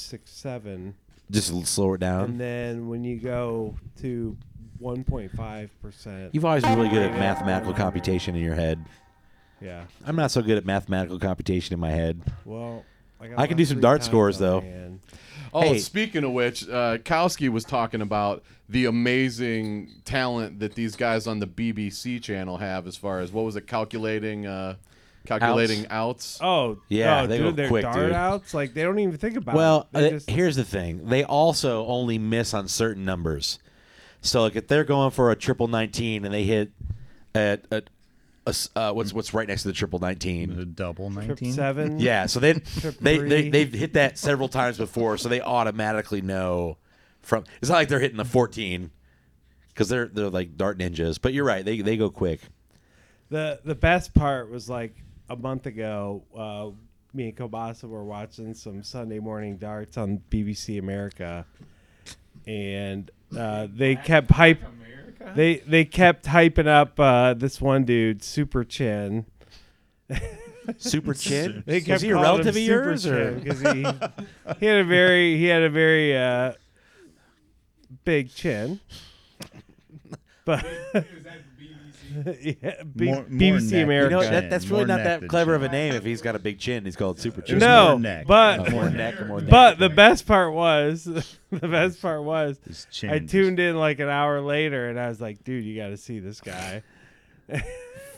[SPEAKER 1] 0.67,
[SPEAKER 4] Just l- slow
[SPEAKER 1] and
[SPEAKER 4] it down.
[SPEAKER 1] then when you go to 1.5 percent,
[SPEAKER 4] You've always been really good at mathematical computation in your head.
[SPEAKER 1] yeah.
[SPEAKER 4] I'm not so good at mathematical computation in my head.
[SPEAKER 1] Well, I, got
[SPEAKER 4] I can do
[SPEAKER 1] about
[SPEAKER 4] some
[SPEAKER 1] three
[SPEAKER 4] dart
[SPEAKER 1] times
[SPEAKER 4] scores,
[SPEAKER 1] on
[SPEAKER 4] though.
[SPEAKER 1] my hand.
[SPEAKER 2] Oh,
[SPEAKER 4] Hey.
[SPEAKER 2] speaking of which, uh, Kowski was talking about the amazing talent that these guys on the BBC channel have as far as what was it calculating uh, calculating outs.
[SPEAKER 1] Oh
[SPEAKER 4] Yeah,
[SPEAKER 1] oh,
[SPEAKER 4] they
[SPEAKER 1] dude,
[SPEAKER 4] go
[SPEAKER 1] their
[SPEAKER 4] quick,
[SPEAKER 1] dart
[SPEAKER 4] dude.
[SPEAKER 1] outs like they don't even think about.
[SPEAKER 5] Um,
[SPEAKER 4] Well,
[SPEAKER 1] it. They
[SPEAKER 4] uh,
[SPEAKER 1] just-
[SPEAKER 4] here's the thing. They also only miss on certain numbers. So like if they're going for a triple 19 and they hit at, at a s- uh, what's what's right next to the triple
[SPEAKER 5] The
[SPEAKER 4] 19.
[SPEAKER 5] double
[SPEAKER 1] trip
[SPEAKER 5] 19.
[SPEAKER 1] seven.
[SPEAKER 4] Yeah, so they they, they
[SPEAKER 1] three.
[SPEAKER 4] they've hit that several times before, so they automatically know from It's not like they're hitting the 14 cuz they're they're like dart ninjas, but you're right. They they go quick.
[SPEAKER 1] The the best part was like a month ago. Uh, me and Kobasa were watching some Sunday morning darts on BBC America, and uh, they kept hype. They they kept hyping up uh, this one dude, Super Chin.
[SPEAKER 5] [laughs]
[SPEAKER 4] Super chin.
[SPEAKER 1] They
[SPEAKER 4] Is
[SPEAKER 1] kept
[SPEAKER 4] he a relative of yours or
[SPEAKER 1] because he he had a very he had a very uh, big chin, but [laughs] yeah, B-
[SPEAKER 5] More- more
[SPEAKER 1] BBC
[SPEAKER 5] neck.
[SPEAKER 4] you
[SPEAKER 1] America.
[SPEAKER 4] know
[SPEAKER 5] Chin.
[SPEAKER 4] that, that's really
[SPEAKER 5] More
[SPEAKER 4] not
[SPEAKER 5] neck
[SPEAKER 4] that
[SPEAKER 5] than
[SPEAKER 4] clever of
[SPEAKER 5] chin.
[SPEAKER 4] a name if he's got a big chin. He's called super chin.
[SPEAKER 5] There's
[SPEAKER 1] No,
[SPEAKER 5] more neck.
[SPEAKER 1] but-
[SPEAKER 5] more
[SPEAKER 4] more
[SPEAKER 5] neck.
[SPEAKER 4] neck, more neck.
[SPEAKER 1] But the best part was, [laughs] the best part was,
[SPEAKER 5] His chin
[SPEAKER 1] I
[SPEAKER 5] just-
[SPEAKER 1] tuned in like an hour later, and I was like, "Dude, you got to see this guy."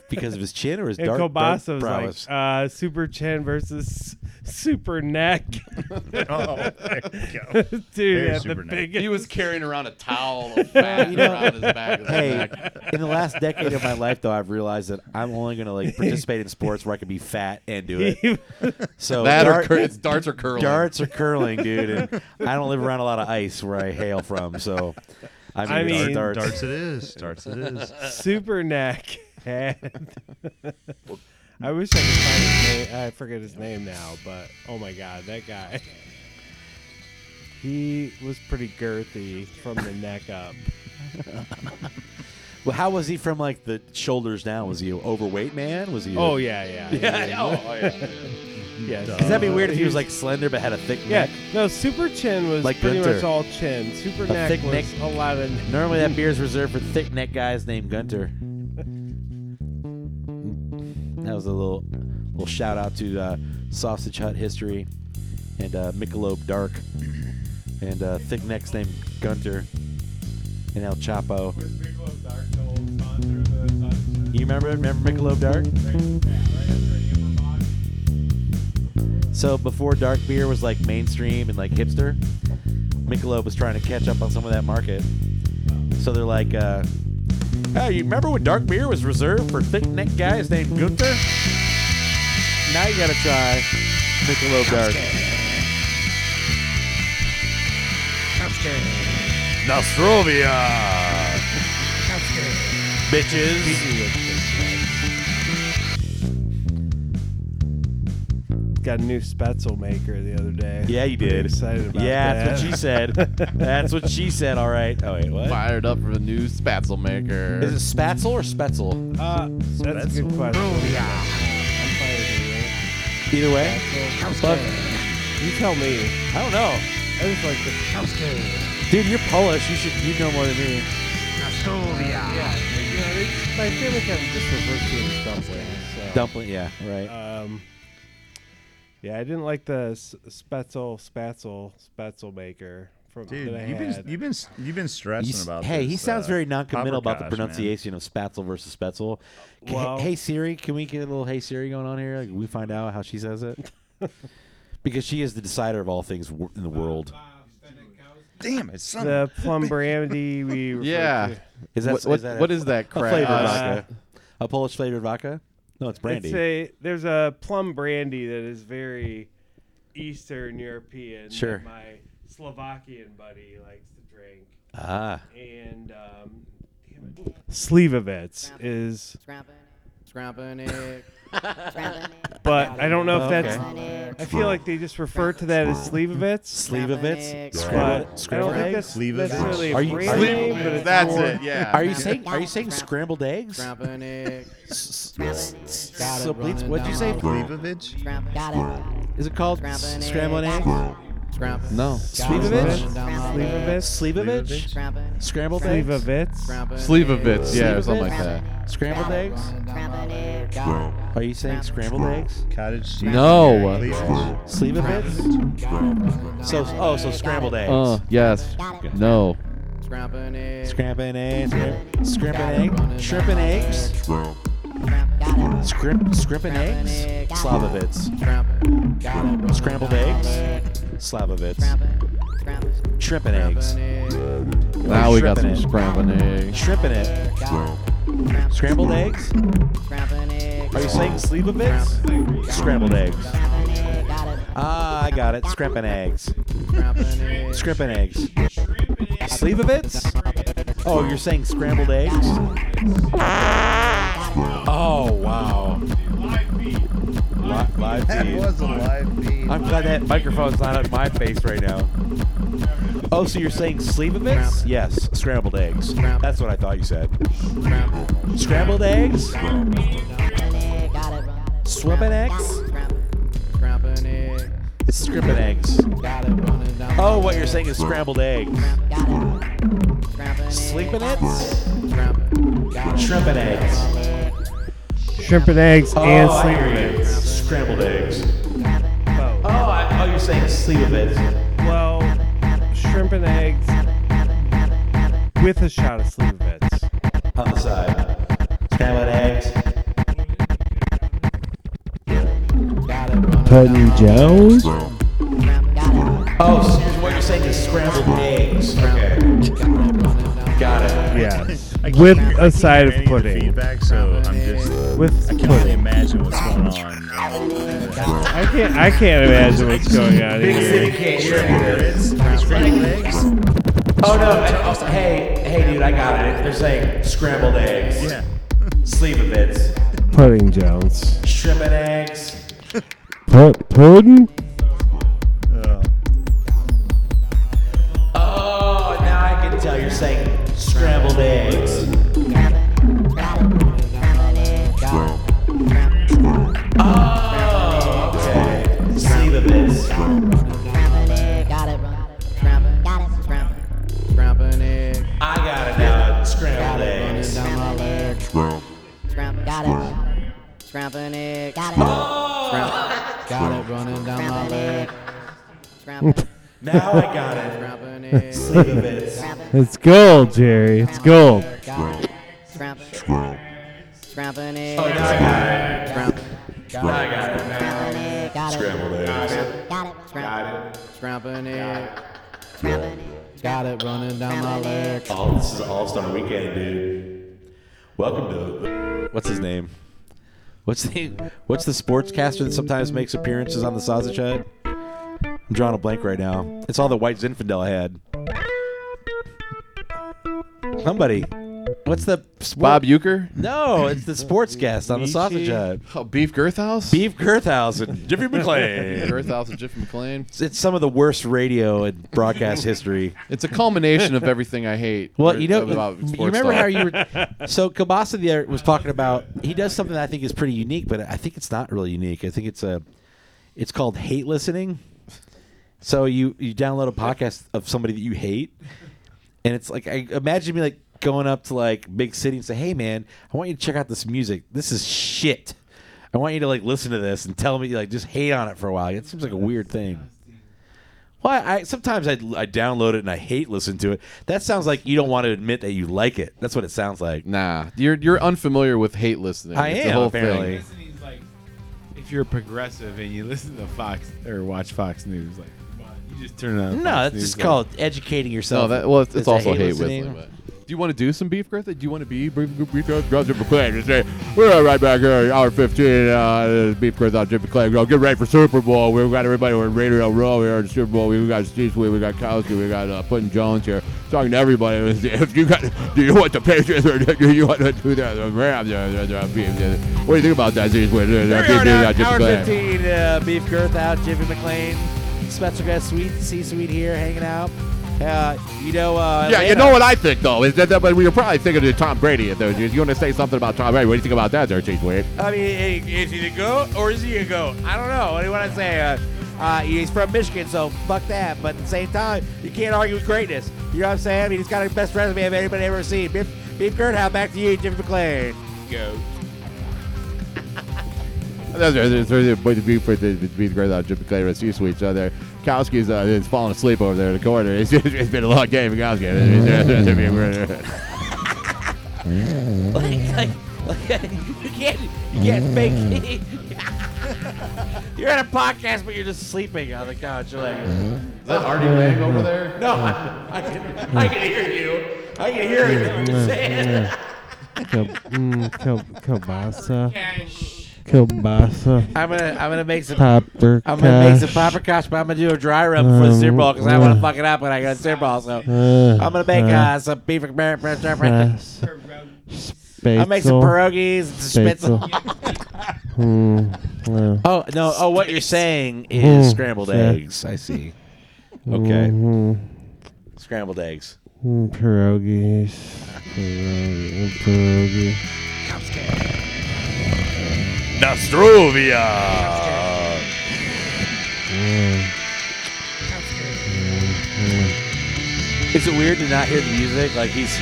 [SPEAKER 4] because of his chin or his
[SPEAKER 1] And
[SPEAKER 4] dark, dark
[SPEAKER 1] Kobasa was
[SPEAKER 4] brows.
[SPEAKER 1] like, uh, "Super chin versus Super Neck,
[SPEAKER 5] [laughs] Oh, there
[SPEAKER 1] [laughs]
[SPEAKER 5] you go.
[SPEAKER 1] dude,
[SPEAKER 5] Very
[SPEAKER 1] had the
[SPEAKER 5] Super Neck.
[SPEAKER 1] biggest."
[SPEAKER 2] He was carrying around a towel
[SPEAKER 6] [laughs]
[SPEAKER 2] of fat
[SPEAKER 4] know,
[SPEAKER 2] around
[SPEAKER 1] [laughs]
[SPEAKER 2] his back.
[SPEAKER 4] hey, in the last decade of my life, though, I've realized that I'm only going to like participate in sports where I can be fat and
[SPEAKER 1] [laughs]
[SPEAKER 4] do it.
[SPEAKER 2] Uh-uh.
[SPEAKER 4] So
[SPEAKER 2] that or
[SPEAKER 4] dart-
[SPEAKER 2] cur- it's darts or curling.
[SPEAKER 4] darts
[SPEAKER 2] [laughs]
[SPEAKER 4] are curling, dude, and I don't live around a lot of ice where I hail from. So I'm
[SPEAKER 1] I
[SPEAKER 4] gonna
[SPEAKER 1] mean-
[SPEAKER 4] dart- darts.
[SPEAKER 5] Darts it is. Darts it
[SPEAKER 4] [laughs]
[SPEAKER 5] is.
[SPEAKER 1] Super Neck [laughs] had. I wish I could find his name. I forget his name now, but oh my god, that guy. He was pretty girthy from the neck up.
[SPEAKER 4] Well, how was he from like the shoulders down? Was he an overweight man? Was he? a- [laughs]
[SPEAKER 1] Oh [laughs] yeah, yeah, yeah. yeah.
[SPEAKER 4] Does that be weird if he was like slender but had a thick
[SPEAKER 1] Yeah,
[SPEAKER 4] neck?
[SPEAKER 1] no. Super chin was
[SPEAKER 4] Like
[SPEAKER 1] pretty
[SPEAKER 4] Gunter.
[SPEAKER 1] much all chin. Super neck
[SPEAKER 4] thick
[SPEAKER 1] was
[SPEAKER 4] neck.
[SPEAKER 1] a lot of.
[SPEAKER 4] Normally, that beer is reserved for thick neck guys named Gunter. That was a little little shout out to uh, Sausage Hut History and uh, Michelob Dark and uh, thick necks named Gunter and El Chapo. You remember remember Michelob Dark? So before dark beer was like mainstream and like hipster, Michelob was trying to catch up on some of that market. So they're like, uh, "Hey, you remember when dark beer was reserved for thick neck guys named Gunther? Now you gotta try Michelob Dark." Nostrovia, bitches.
[SPEAKER 1] Got a new Spetzel maker the other day.
[SPEAKER 4] Yeah, you
[SPEAKER 1] Pretty
[SPEAKER 4] did.
[SPEAKER 1] Excited about
[SPEAKER 4] yeah,
[SPEAKER 1] that.
[SPEAKER 4] that's what she said. that's what she said. All right. Oh wait, what?
[SPEAKER 2] fired up for the new spatzel maker.
[SPEAKER 4] Is it Spatzel or Spetzel?
[SPEAKER 1] Uh, that's a good question. I'm fine with
[SPEAKER 4] Either way, Fuck.
[SPEAKER 1] you. You tell me.
[SPEAKER 4] I don't know.
[SPEAKER 1] I just like the.
[SPEAKER 4] Dude, you're Polish. You should you know more than me.
[SPEAKER 1] Yeah, you know, they- my family kind of just refers to it as dumplings. So.
[SPEAKER 4] Dumpling, yeah, right.
[SPEAKER 1] Um, yeah, I didn't like the s- Spetzel Spatzel Spetzel maker from
[SPEAKER 5] Dude,
[SPEAKER 1] that I
[SPEAKER 5] you've been
[SPEAKER 1] had.
[SPEAKER 5] you've been you've been stressing
[SPEAKER 4] You s-
[SPEAKER 5] about.
[SPEAKER 4] hey, he
[SPEAKER 5] this,
[SPEAKER 4] sounds
[SPEAKER 5] uh,
[SPEAKER 4] very noncommittal about the
[SPEAKER 5] Haberkash, man.
[SPEAKER 4] pronunciation of Spatzel versus Spetzel. K-
[SPEAKER 1] Well-
[SPEAKER 4] hey Siri, can we get a little Hey Siri going on here? Like, we find out how she says it because she is the decider of all things wor- in the world.
[SPEAKER 5] Damn it, son.
[SPEAKER 1] the plum brandy
[SPEAKER 2] [laughs]
[SPEAKER 1] we refer
[SPEAKER 2] yeah.
[SPEAKER 1] to.
[SPEAKER 4] Is that
[SPEAKER 2] What- what-
[SPEAKER 4] that
[SPEAKER 2] what is that
[SPEAKER 4] A
[SPEAKER 2] crap?
[SPEAKER 4] flavored
[SPEAKER 2] Uh,
[SPEAKER 4] vodka, a Polish flavored vodka. No, it's brandy.
[SPEAKER 1] It's a there's a plum brandy that is very Eastern European. that
[SPEAKER 4] Sure.
[SPEAKER 1] my Slovakian buddy likes to drink.
[SPEAKER 4] Ah,
[SPEAKER 1] and um, Slivovitz is,
[SPEAKER 10] Scrapping it,
[SPEAKER 2] Scrapping it.
[SPEAKER 10] scrapping it,
[SPEAKER 1] but I don't know if that's.
[SPEAKER 10] scrapping it,
[SPEAKER 1] I feel like they just refer to that as Slivovitz,
[SPEAKER 4] sleeve of it.
[SPEAKER 10] Scrapping it,
[SPEAKER 1] but I don't
[SPEAKER 4] Scrambled
[SPEAKER 1] think
[SPEAKER 4] eggs.
[SPEAKER 1] that's
[SPEAKER 5] Slivovitz.
[SPEAKER 1] necessarily
[SPEAKER 8] Are
[SPEAKER 1] a
[SPEAKER 8] you-
[SPEAKER 1] brand name, but it's
[SPEAKER 2] That's
[SPEAKER 1] more-
[SPEAKER 2] it. Yeah.
[SPEAKER 8] Are you saying Are you saying scrambled eggs?
[SPEAKER 2] Scrapping it.
[SPEAKER 10] scrapping it,
[SPEAKER 2] Got it
[SPEAKER 8] So please,
[SPEAKER 2] running
[SPEAKER 8] what'd you
[SPEAKER 2] down
[SPEAKER 8] say?
[SPEAKER 2] my-
[SPEAKER 5] Leibovich?
[SPEAKER 10] scrapping it, got it,
[SPEAKER 8] Is it called
[SPEAKER 10] Scrambled
[SPEAKER 8] s-
[SPEAKER 10] eggs.
[SPEAKER 8] scrambled eggs?
[SPEAKER 2] Scrapping.
[SPEAKER 8] No.
[SPEAKER 2] Got it
[SPEAKER 8] Slivovitz?
[SPEAKER 2] running down my
[SPEAKER 10] Slivovitz?
[SPEAKER 2] leg.
[SPEAKER 1] Slivovitz,
[SPEAKER 8] Slivovitch?
[SPEAKER 10] scrapping it,
[SPEAKER 8] Scrambled eggs?
[SPEAKER 1] Slivovitz.
[SPEAKER 2] Scrapping it.
[SPEAKER 4] Slivovitz, yeah, or something
[SPEAKER 2] Slivovitz.
[SPEAKER 4] like that.
[SPEAKER 8] Scrambled eggs?
[SPEAKER 2] Running down my leg.
[SPEAKER 10] scrapping it,
[SPEAKER 2] Got it.
[SPEAKER 8] Are you saying scrambled eggs?
[SPEAKER 5] Cottage cheese.
[SPEAKER 2] No.
[SPEAKER 5] Leibovich?
[SPEAKER 8] Sleeve of it?
[SPEAKER 4] So oh, so scrambled eggs.
[SPEAKER 2] Uh, yes. No. Scrapping it.
[SPEAKER 4] Scrambled eggs. Scrambled eggs. Shrimp and eggs.
[SPEAKER 10] got it,
[SPEAKER 4] Scrimp, scrimping eggs? Slavovitz. Scrambled eggs? Slavovitz.
[SPEAKER 10] scrapping it,
[SPEAKER 4] Shrimping eggs.
[SPEAKER 2] Now we got some
[SPEAKER 4] Shrimping
[SPEAKER 2] scrapping eggs.
[SPEAKER 4] Shrimping it. Scrambled eggs?
[SPEAKER 10] scrapping it,
[SPEAKER 4] Are you saying Slavovitz? Scrambled eggs.
[SPEAKER 10] scrapping it, got it,
[SPEAKER 4] Ah, I got it. Scrimping eggs. Scrimping eggs. Slavovitz? Oh, you're saying scrambled eggs? Oh, wow. Li- Live
[SPEAKER 5] That
[SPEAKER 4] feed.
[SPEAKER 5] was a live feed.
[SPEAKER 4] I'm glad that microphone's not on my face right now. Oh, so you're saying sleeve of eggs? Yes, scrambled eggs. That's what I thought you said. Scrambled eggs?
[SPEAKER 10] got it,
[SPEAKER 4] Swimming eggs?
[SPEAKER 2] Scrapping it.
[SPEAKER 4] It's scrimping eggs.
[SPEAKER 2] Got it running down my
[SPEAKER 4] Oh, what you're saying is scrambled eggs.
[SPEAKER 10] got it, scrapping it,
[SPEAKER 4] Sleeping eggs?
[SPEAKER 2] Scrapping. Got it.
[SPEAKER 4] Shrimping eggs.
[SPEAKER 1] Shrimp and eggs and
[SPEAKER 4] Oh, I hear you.
[SPEAKER 1] Slivovitz.
[SPEAKER 4] Scrambled eggs. Oh, I, oh, you're saying sleeve of eggs.
[SPEAKER 1] Well, shrimp and eggs with a shot of Slivovitz.
[SPEAKER 4] On the side. Scrambled eggs.
[SPEAKER 1] Putting Jones?
[SPEAKER 10] got it,
[SPEAKER 4] Oh, so what you're saying is scrambled eggs. Okay. Got it.
[SPEAKER 1] Yes.
[SPEAKER 5] I can't
[SPEAKER 1] With
[SPEAKER 5] hear- I
[SPEAKER 1] a
[SPEAKER 5] can't
[SPEAKER 1] side
[SPEAKER 5] hear
[SPEAKER 1] of
[SPEAKER 5] any the
[SPEAKER 1] pudding.
[SPEAKER 5] Feedback, so I'm just.
[SPEAKER 1] With
[SPEAKER 5] I can only
[SPEAKER 1] pudding.
[SPEAKER 5] imagine what's going on.
[SPEAKER 1] I can't. I can't imagine
[SPEAKER 5] [laughs]
[SPEAKER 1] what's going on here.
[SPEAKER 5] Scrambled eggs?
[SPEAKER 4] Oh no! and also- hey, hey, dude, I got it. They're saying scrambled eggs,
[SPEAKER 5] Yeah.
[SPEAKER 4] sleeve of bits,
[SPEAKER 1] Pudding Jones.
[SPEAKER 4] shrimp and eggs.
[SPEAKER 1] Put pudding.
[SPEAKER 5] Uh,
[SPEAKER 4] Oh, now I can tell you're saying scrambled eggs. Oh, okay. Sleeve of bits.
[SPEAKER 10] got it, scrapping, got it, scrapping,
[SPEAKER 2] Scrapping it.
[SPEAKER 4] I got it now. Scrambled
[SPEAKER 2] Running
[SPEAKER 4] eggs.
[SPEAKER 2] down my leg.
[SPEAKER 10] scrapping, got it, scrapping it, got
[SPEAKER 2] Got it running down my leg.
[SPEAKER 10] it, scrapping,
[SPEAKER 4] Now I got it.
[SPEAKER 2] Scrapping it.
[SPEAKER 4] Sleeve of bits.
[SPEAKER 1] It's gold, Jerry. It's gold.
[SPEAKER 2] Got it.
[SPEAKER 10] scrapping, scrapping it,
[SPEAKER 4] Now I got it.
[SPEAKER 2] Scrapping.
[SPEAKER 4] Now I got it.
[SPEAKER 10] Got it, got it, got it, scrapping,
[SPEAKER 2] Scrapping it. Got it running down my leg.
[SPEAKER 4] Oh, this is All Star Weekend, dude. Welcome to. What's his name? What's the What's the sportscaster that sometimes makes appearances on the Sausage Hut? I'm drawing a blank right now. It's all the White Zinfandel had. Somebody. What's the
[SPEAKER 2] Bob Euchre?
[SPEAKER 4] No, it's the sportscast on the Sausage Hut.
[SPEAKER 2] Oh, Beef Girthhouse?
[SPEAKER 4] Beef Gerthausen, Jeffrey McLean.
[SPEAKER 2] Girthhouse and Jiffy McLean.
[SPEAKER 4] It's some of the worst radio in broadcast history.
[SPEAKER 2] It's a culmination of everything I hate.
[SPEAKER 4] Well, you know,
[SPEAKER 2] about
[SPEAKER 4] you
[SPEAKER 2] sports
[SPEAKER 4] remember
[SPEAKER 2] talk.
[SPEAKER 4] how you
[SPEAKER 2] [laughs]
[SPEAKER 4] were. So Kabasa there was talking about. He does something that I think is pretty unique, but I think it's not really unique. I think it's a. It's called hate listening. So you you download a podcast of somebody that you hate, and it's like I imagine me like going up to like big city and say, "Hey man, I want you to check out this music. This is shit. I want you to like listen to this and tell me like just hate on it for a while. It seems like a weird thing." Well, I, I sometimes I, I download it and I hate listen to it. That sounds like you don't want to admit that you like it. That's what it sounds like.
[SPEAKER 2] Nah, you're you're unfamiliar with hate listening.
[SPEAKER 4] I
[SPEAKER 2] It's
[SPEAKER 4] am,
[SPEAKER 2] the whole
[SPEAKER 4] apparently.
[SPEAKER 2] Thing.
[SPEAKER 6] Listening's like, if you're progressive and you listen to Fox or watch Fox News, like you just turn it on.
[SPEAKER 4] No,
[SPEAKER 6] Fox
[SPEAKER 4] it's just
[SPEAKER 6] News,
[SPEAKER 4] called educating yourself.
[SPEAKER 2] No, that well, it's, it's
[SPEAKER 4] a
[SPEAKER 2] also hate
[SPEAKER 4] listening.
[SPEAKER 2] listening. but Do you want to do some beef, Griffith? Do you want to be beef, beef, beef Griffith? Griffith, Jimmy Clay. Just say, We're right back here, hour 15. Uh, this is beef Griffith on Jimmy Clay. Go get ready for Super Bowl. We've got everybody. We're in Radio Row here at Super Bowl. We've got Steve Sweet. We've got Kowski. We've got uh, Putin Jones here. Talking to everybody. If you got, do you want the Patriots or do you want to do the, the Rams? Uh, the, the, beef? uh, What do you think about that, Steve Sweet? Uh,
[SPEAKER 4] There
[SPEAKER 2] beef
[SPEAKER 4] we are
[SPEAKER 2] Griffith
[SPEAKER 4] now,
[SPEAKER 2] on Jimmy
[SPEAKER 4] hour
[SPEAKER 2] Clay.
[SPEAKER 4] 15, uh, Beef Girth out, Jimmy McLean, special guest Sweet, C-Sweet here, hanging out. Uh, you know, uh,
[SPEAKER 2] Yeah, you
[SPEAKER 4] Atlanta-
[SPEAKER 2] know what I think though is that, that but we were probably thinking of Tom Brady. If there, you want to say something about Tom Brady, what do you think about that, there, Chief [laughs] Wade?
[SPEAKER 4] I mean, i- is he a goat or is he a goat? I don't know. What do you want to say? Uh, uh, he's from Michigan, so fuck that. But at the same time, you can't argue with greatness. You know what I'm saying? I mean, he's got the best resume I've anybody ever seen. Beef, Beef Gerthow, back to you, Jimmy McLean. Goat.
[SPEAKER 2] That's going to be for the to be the great uh, Jimmy Clay C suite. So there, Kowski's uh, is falling asleep over there in the corner. [laughs] It's, it's been a long game for [laughs] Kowski.
[SPEAKER 4] like, like, like, you can't, you can't fake. [laughs] you're at a podcast, but you're just sleeping on the couch. You're like, is
[SPEAKER 2] that Artie Lang over there?
[SPEAKER 4] No, I, I can, I can hear you. I can hear everything you're saying.
[SPEAKER 1] Kielbasa. Kielbasa.
[SPEAKER 4] I'm gonna, I'm gonna make some
[SPEAKER 1] Popper
[SPEAKER 4] I'm gonna make some
[SPEAKER 1] cash.
[SPEAKER 4] popper cash, but I'm gonna do a dry rub for the
[SPEAKER 1] Um,
[SPEAKER 4] Super Bowl because I want
[SPEAKER 2] uh,
[SPEAKER 4] to fuck it up when I go to the Super Bowl. So
[SPEAKER 2] uh,
[SPEAKER 4] I'm gonna make
[SPEAKER 2] uh,
[SPEAKER 4] uh, some beef and bear- bear- bear- bear-
[SPEAKER 1] Yes.
[SPEAKER 4] I'll make some
[SPEAKER 1] Spatzel.
[SPEAKER 4] pierogies and some
[SPEAKER 1] Spatzel. Hmm. Yeah.
[SPEAKER 4] Oh no! Oh, what you're saying is
[SPEAKER 1] Mm,
[SPEAKER 4] scrambled
[SPEAKER 1] yeah.
[SPEAKER 4] eggs. I see. [laughs] Okay.
[SPEAKER 2] Mm-hmm.
[SPEAKER 1] Mhm.
[SPEAKER 4] Scrambled eggs.
[SPEAKER 1] Mm, pierogies. Pierogi. pierogi.
[SPEAKER 5] Nostrovia.
[SPEAKER 1] Mm.
[SPEAKER 4] Is it weird to not hear the music? Like he's.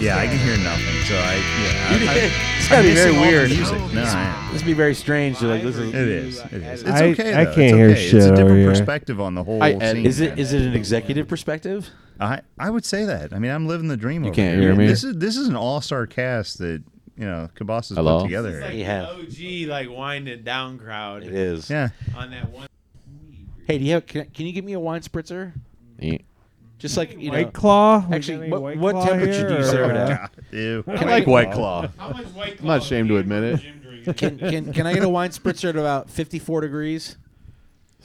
[SPEAKER 5] Yeah, I can hear nothing, so I yeah. I, I,
[SPEAKER 4] [laughs] it's gotta be
[SPEAKER 5] I'm
[SPEAKER 4] very
[SPEAKER 5] missing all the
[SPEAKER 4] weird.
[SPEAKER 5] music. No, I
[SPEAKER 4] This would be very strange to like listen.
[SPEAKER 5] It is. It is. It's
[SPEAKER 1] I-
[SPEAKER 5] okay. Though.
[SPEAKER 1] I
[SPEAKER 5] it's
[SPEAKER 1] can't hear
[SPEAKER 5] okay. It's
[SPEAKER 1] shit
[SPEAKER 5] a
[SPEAKER 1] over
[SPEAKER 5] different
[SPEAKER 1] here.
[SPEAKER 5] perspective on the whole
[SPEAKER 4] I-
[SPEAKER 5] scene.
[SPEAKER 4] is it is it an executive perspective?
[SPEAKER 5] I I would say that. I mean, I'm living the dream. You
[SPEAKER 2] can't hear me?
[SPEAKER 5] This is this is an all star cast that you know Cabas has
[SPEAKER 2] Hello?
[SPEAKER 5] put together.
[SPEAKER 3] It's like
[SPEAKER 4] You have.
[SPEAKER 3] the OG like winding down crowd
[SPEAKER 8] It is.
[SPEAKER 5] yeah.
[SPEAKER 3] on that one.
[SPEAKER 4] Hey, do you have, can, can you give me a wine spritzer? Just like you know.
[SPEAKER 1] White Claw? We
[SPEAKER 4] Actually,
[SPEAKER 1] got any
[SPEAKER 4] what-
[SPEAKER 1] White
[SPEAKER 4] what
[SPEAKER 1] Claw
[SPEAKER 4] temperature
[SPEAKER 1] here,
[SPEAKER 4] do you
[SPEAKER 1] or,
[SPEAKER 4] serve it
[SPEAKER 1] uh,
[SPEAKER 4] at?
[SPEAKER 5] Ew.
[SPEAKER 2] I like White Claw.
[SPEAKER 3] How much white
[SPEAKER 2] I'm not
[SPEAKER 3] claw
[SPEAKER 2] ashamed
[SPEAKER 3] do
[SPEAKER 2] to
[SPEAKER 3] you
[SPEAKER 2] admit
[SPEAKER 3] have
[SPEAKER 2] it.
[SPEAKER 3] Jim drinking?
[SPEAKER 4] Can, can, can I get a wine spritzer at about 54 degrees?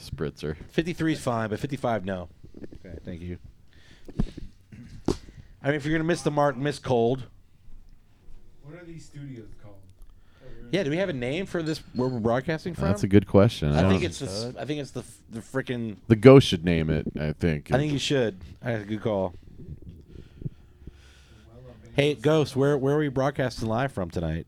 [SPEAKER 2] Spritzer.
[SPEAKER 4] 53 is fine, but 55, no. Okay, thank you. I mean, if you're going to miss the mark, miss cold.
[SPEAKER 3] What are these studios called?
[SPEAKER 4] Yeah, do we have a name for this where we're broadcasting from?
[SPEAKER 2] That's a good question. I,
[SPEAKER 4] I
[SPEAKER 2] don't
[SPEAKER 4] think
[SPEAKER 2] know.
[SPEAKER 4] it's the, s- I think it's the f- the freaking
[SPEAKER 2] the ghost should name it. I think.
[SPEAKER 4] I think you should. That's a good call. Hey, Ghost, where where are we broadcasting live from tonight?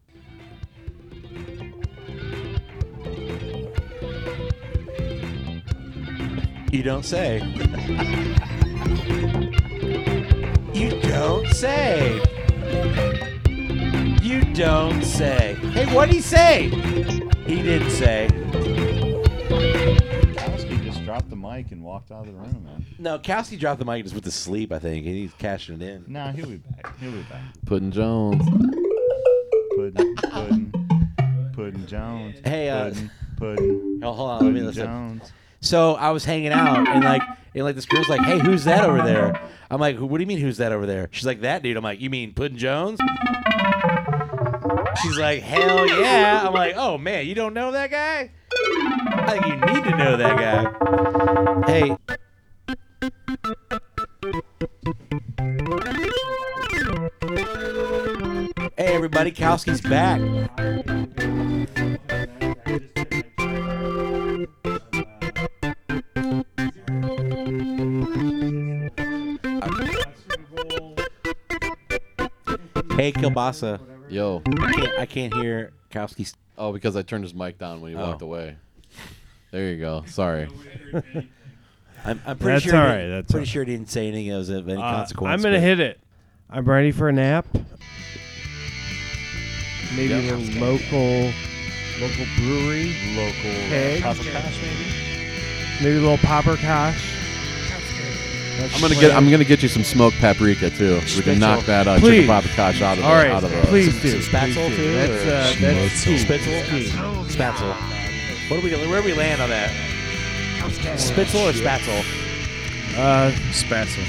[SPEAKER 4] You don't say. [laughs] you don't say. You don't say. Hey, what'd he say? He didn't say.
[SPEAKER 5] Kowski just dropped the mic and walked out of the room, man.
[SPEAKER 4] No, Kowski dropped the mic and just went to sleep, I think, and he's cashing it in.
[SPEAKER 5] No, he'll be back. He'll be back.
[SPEAKER 2] Puddin Jones.
[SPEAKER 5] Puddin, puddin, puddin Jones.
[SPEAKER 4] Hey, uh,
[SPEAKER 5] puddin, puddin,
[SPEAKER 4] Oh, hold on, let me
[SPEAKER 5] puddin
[SPEAKER 4] listen.
[SPEAKER 5] Jones.
[SPEAKER 4] So I was hanging out, and like, and like this girl's like, "Hey, who's that over there?" I'm like, "What do you mean, who's that over there?" She's like, "That dude." I'm like, "You mean Puddin' Jones?" She's like, "Hell yeah!" I'm like, "Oh man, you don't know that guy? I think you need to know that guy." Hey. Hey everybody, Kowski's back. Hey Kilbasa.
[SPEAKER 2] Yo.
[SPEAKER 4] I can't, I can't hear Kowski's
[SPEAKER 2] Oh, because I turned his mic down when he
[SPEAKER 4] Oh.
[SPEAKER 2] walked away. There you go. Sorry.
[SPEAKER 4] I'm, I'm pretty
[SPEAKER 1] That's
[SPEAKER 4] sure.
[SPEAKER 1] all
[SPEAKER 4] he-
[SPEAKER 1] right, that's
[SPEAKER 4] pretty
[SPEAKER 1] all
[SPEAKER 4] sure he didn't say anything that was of any
[SPEAKER 1] Uh,
[SPEAKER 4] consequence.
[SPEAKER 1] I'm gonna
[SPEAKER 4] but-
[SPEAKER 1] hit it. I'm ready for a nap. Maybe
[SPEAKER 2] Yeah.
[SPEAKER 1] a local, local brewery.
[SPEAKER 5] Local
[SPEAKER 1] Keg.
[SPEAKER 5] Papacash, maybe?
[SPEAKER 1] Maybe a little popper kosh.
[SPEAKER 2] I'm gonna get. I'm gonna get you some smoked paprika too. We can knock that uh,
[SPEAKER 1] Please.
[SPEAKER 2] chicken paprikash out of the,
[SPEAKER 1] All right,
[SPEAKER 2] out of the
[SPEAKER 1] please do.
[SPEAKER 4] some spatzel
[SPEAKER 1] please do.
[SPEAKER 4] too,
[SPEAKER 1] That's
[SPEAKER 4] or
[SPEAKER 1] uh, that's key.
[SPEAKER 4] Spitzel?
[SPEAKER 1] Key.
[SPEAKER 4] Spatzel. What do we? Where do we land on that? Spitzel or spatzel?
[SPEAKER 1] Uh,
[SPEAKER 5] Spatzel.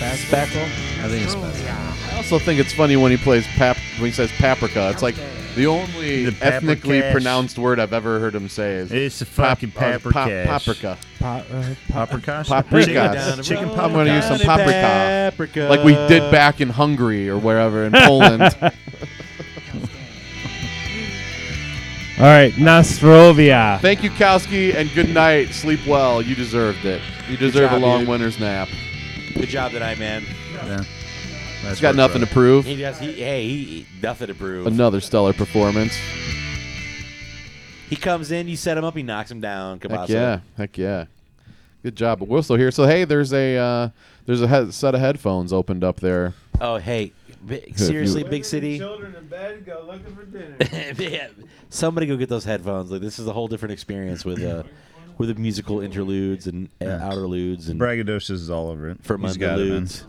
[SPEAKER 4] Spatzel.
[SPEAKER 5] I think it's best.
[SPEAKER 2] I also think it's funny when he plays pap when he says paprika. It's like the only
[SPEAKER 5] The
[SPEAKER 2] ethnically
[SPEAKER 5] paprikash.
[SPEAKER 2] pronounced word I've ever heard him say is
[SPEAKER 5] It's a
[SPEAKER 2] pap-
[SPEAKER 5] fucking
[SPEAKER 2] uh, pa-
[SPEAKER 5] paprikash.
[SPEAKER 2] paprika.
[SPEAKER 5] Paprikash?
[SPEAKER 2] Paprikas.
[SPEAKER 5] Chicken paprikash.
[SPEAKER 2] I'm going to use some
[SPEAKER 5] Down in
[SPEAKER 2] paprika,
[SPEAKER 5] paprika.
[SPEAKER 2] like we
[SPEAKER 1] Uh,
[SPEAKER 2] did back in Hungary or wherever in Poland.
[SPEAKER 1] [laughs] All right, Nostrovia.
[SPEAKER 2] Thank you, Kowski, and good night. Sleep well. You deserved it. You deserve
[SPEAKER 4] job,
[SPEAKER 2] a long
[SPEAKER 4] dude.
[SPEAKER 2] winter's nap.
[SPEAKER 4] Good job tonight, man.
[SPEAKER 5] Yeah.
[SPEAKER 2] He's got nothing to prove.
[SPEAKER 4] He just, he, hey, he, nothing to prove.
[SPEAKER 2] Another stellar performance.
[SPEAKER 4] He comes in, you set him up, he knocks him down.
[SPEAKER 2] Heck
[SPEAKER 4] Kabasa.
[SPEAKER 2] yeah, heck yeah. Good job. But we're still here. So hey, there's a uh, there's a he- set of headphones opened up there.
[SPEAKER 4] Oh, hey, bi- seriously, big city.
[SPEAKER 3] Children in bed go looking for dinner.
[SPEAKER 4] [laughs] Somebody go get those headphones. Like this is a whole different experience with uh, with the musical interludes and, and
[SPEAKER 5] Yeah.
[SPEAKER 4] outerludes and
[SPEAKER 5] Braggadocious is all over it.
[SPEAKER 4] for
[SPEAKER 5] He's got it, man.
[SPEAKER 4] Mondaludes.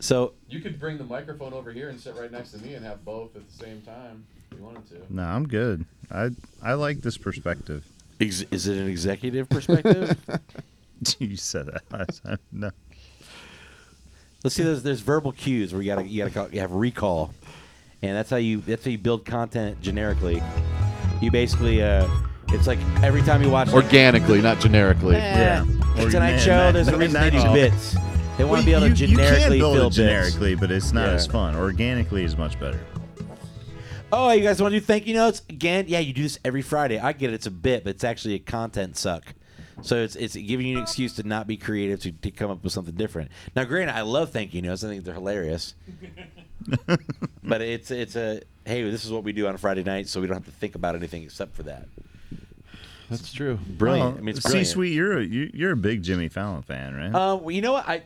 [SPEAKER 4] So
[SPEAKER 2] You could bring the microphone over here and sit right next to me and have both at the same time if you wanted to.
[SPEAKER 5] No, I'm good. I I like this perspective. [laughs]
[SPEAKER 4] ex- is it an [laughs] executive perspective?
[SPEAKER 5] you said that last time. [laughs] No.
[SPEAKER 4] Let's see. There's there's verbal cues where you gotta you gotta call, you have recall, and that's how you that's how you build content generically. You basically uh, it's like every time you watch
[SPEAKER 2] Organically, not generically.
[SPEAKER 4] Yeah.
[SPEAKER 5] Or-
[SPEAKER 4] It's an
[SPEAKER 5] man,
[SPEAKER 4] night show.
[SPEAKER 5] that-
[SPEAKER 4] There's a
[SPEAKER 5] that-
[SPEAKER 4] reason
[SPEAKER 5] that
[SPEAKER 4] they do
[SPEAKER 5] is-
[SPEAKER 4] bits. They want to be
[SPEAKER 5] Well,
[SPEAKER 4] able to
[SPEAKER 5] you- you can
[SPEAKER 4] generically
[SPEAKER 5] build it
[SPEAKER 4] fill bits.
[SPEAKER 5] generically, but it's not
[SPEAKER 4] Yeah.
[SPEAKER 5] as fun. Organically is much better.
[SPEAKER 4] Oh, you guys want to do thank you notes again? Yeah, you do this every Friday. I get it, it's a bit, but it's actually a content suck. So it's it's giving you an excuse to not be creative to, to come up with something different. Now, granted, I love thank you notes. I think they're hilarious. but it's it's a hey, this is what we do on a Friday night, so we don't have to think about anything except for that.
[SPEAKER 2] That's true.
[SPEAKER 4] Brilliant.
[SPEAKER 5] Well,
[SPEAKER 4] I mean, it's brilliant.
[SPEAKER 5] C-suite, you're a, you, you're a big Jimmy Fallon fan, right?
[SPEAKER 4] Uh, well, you know what I.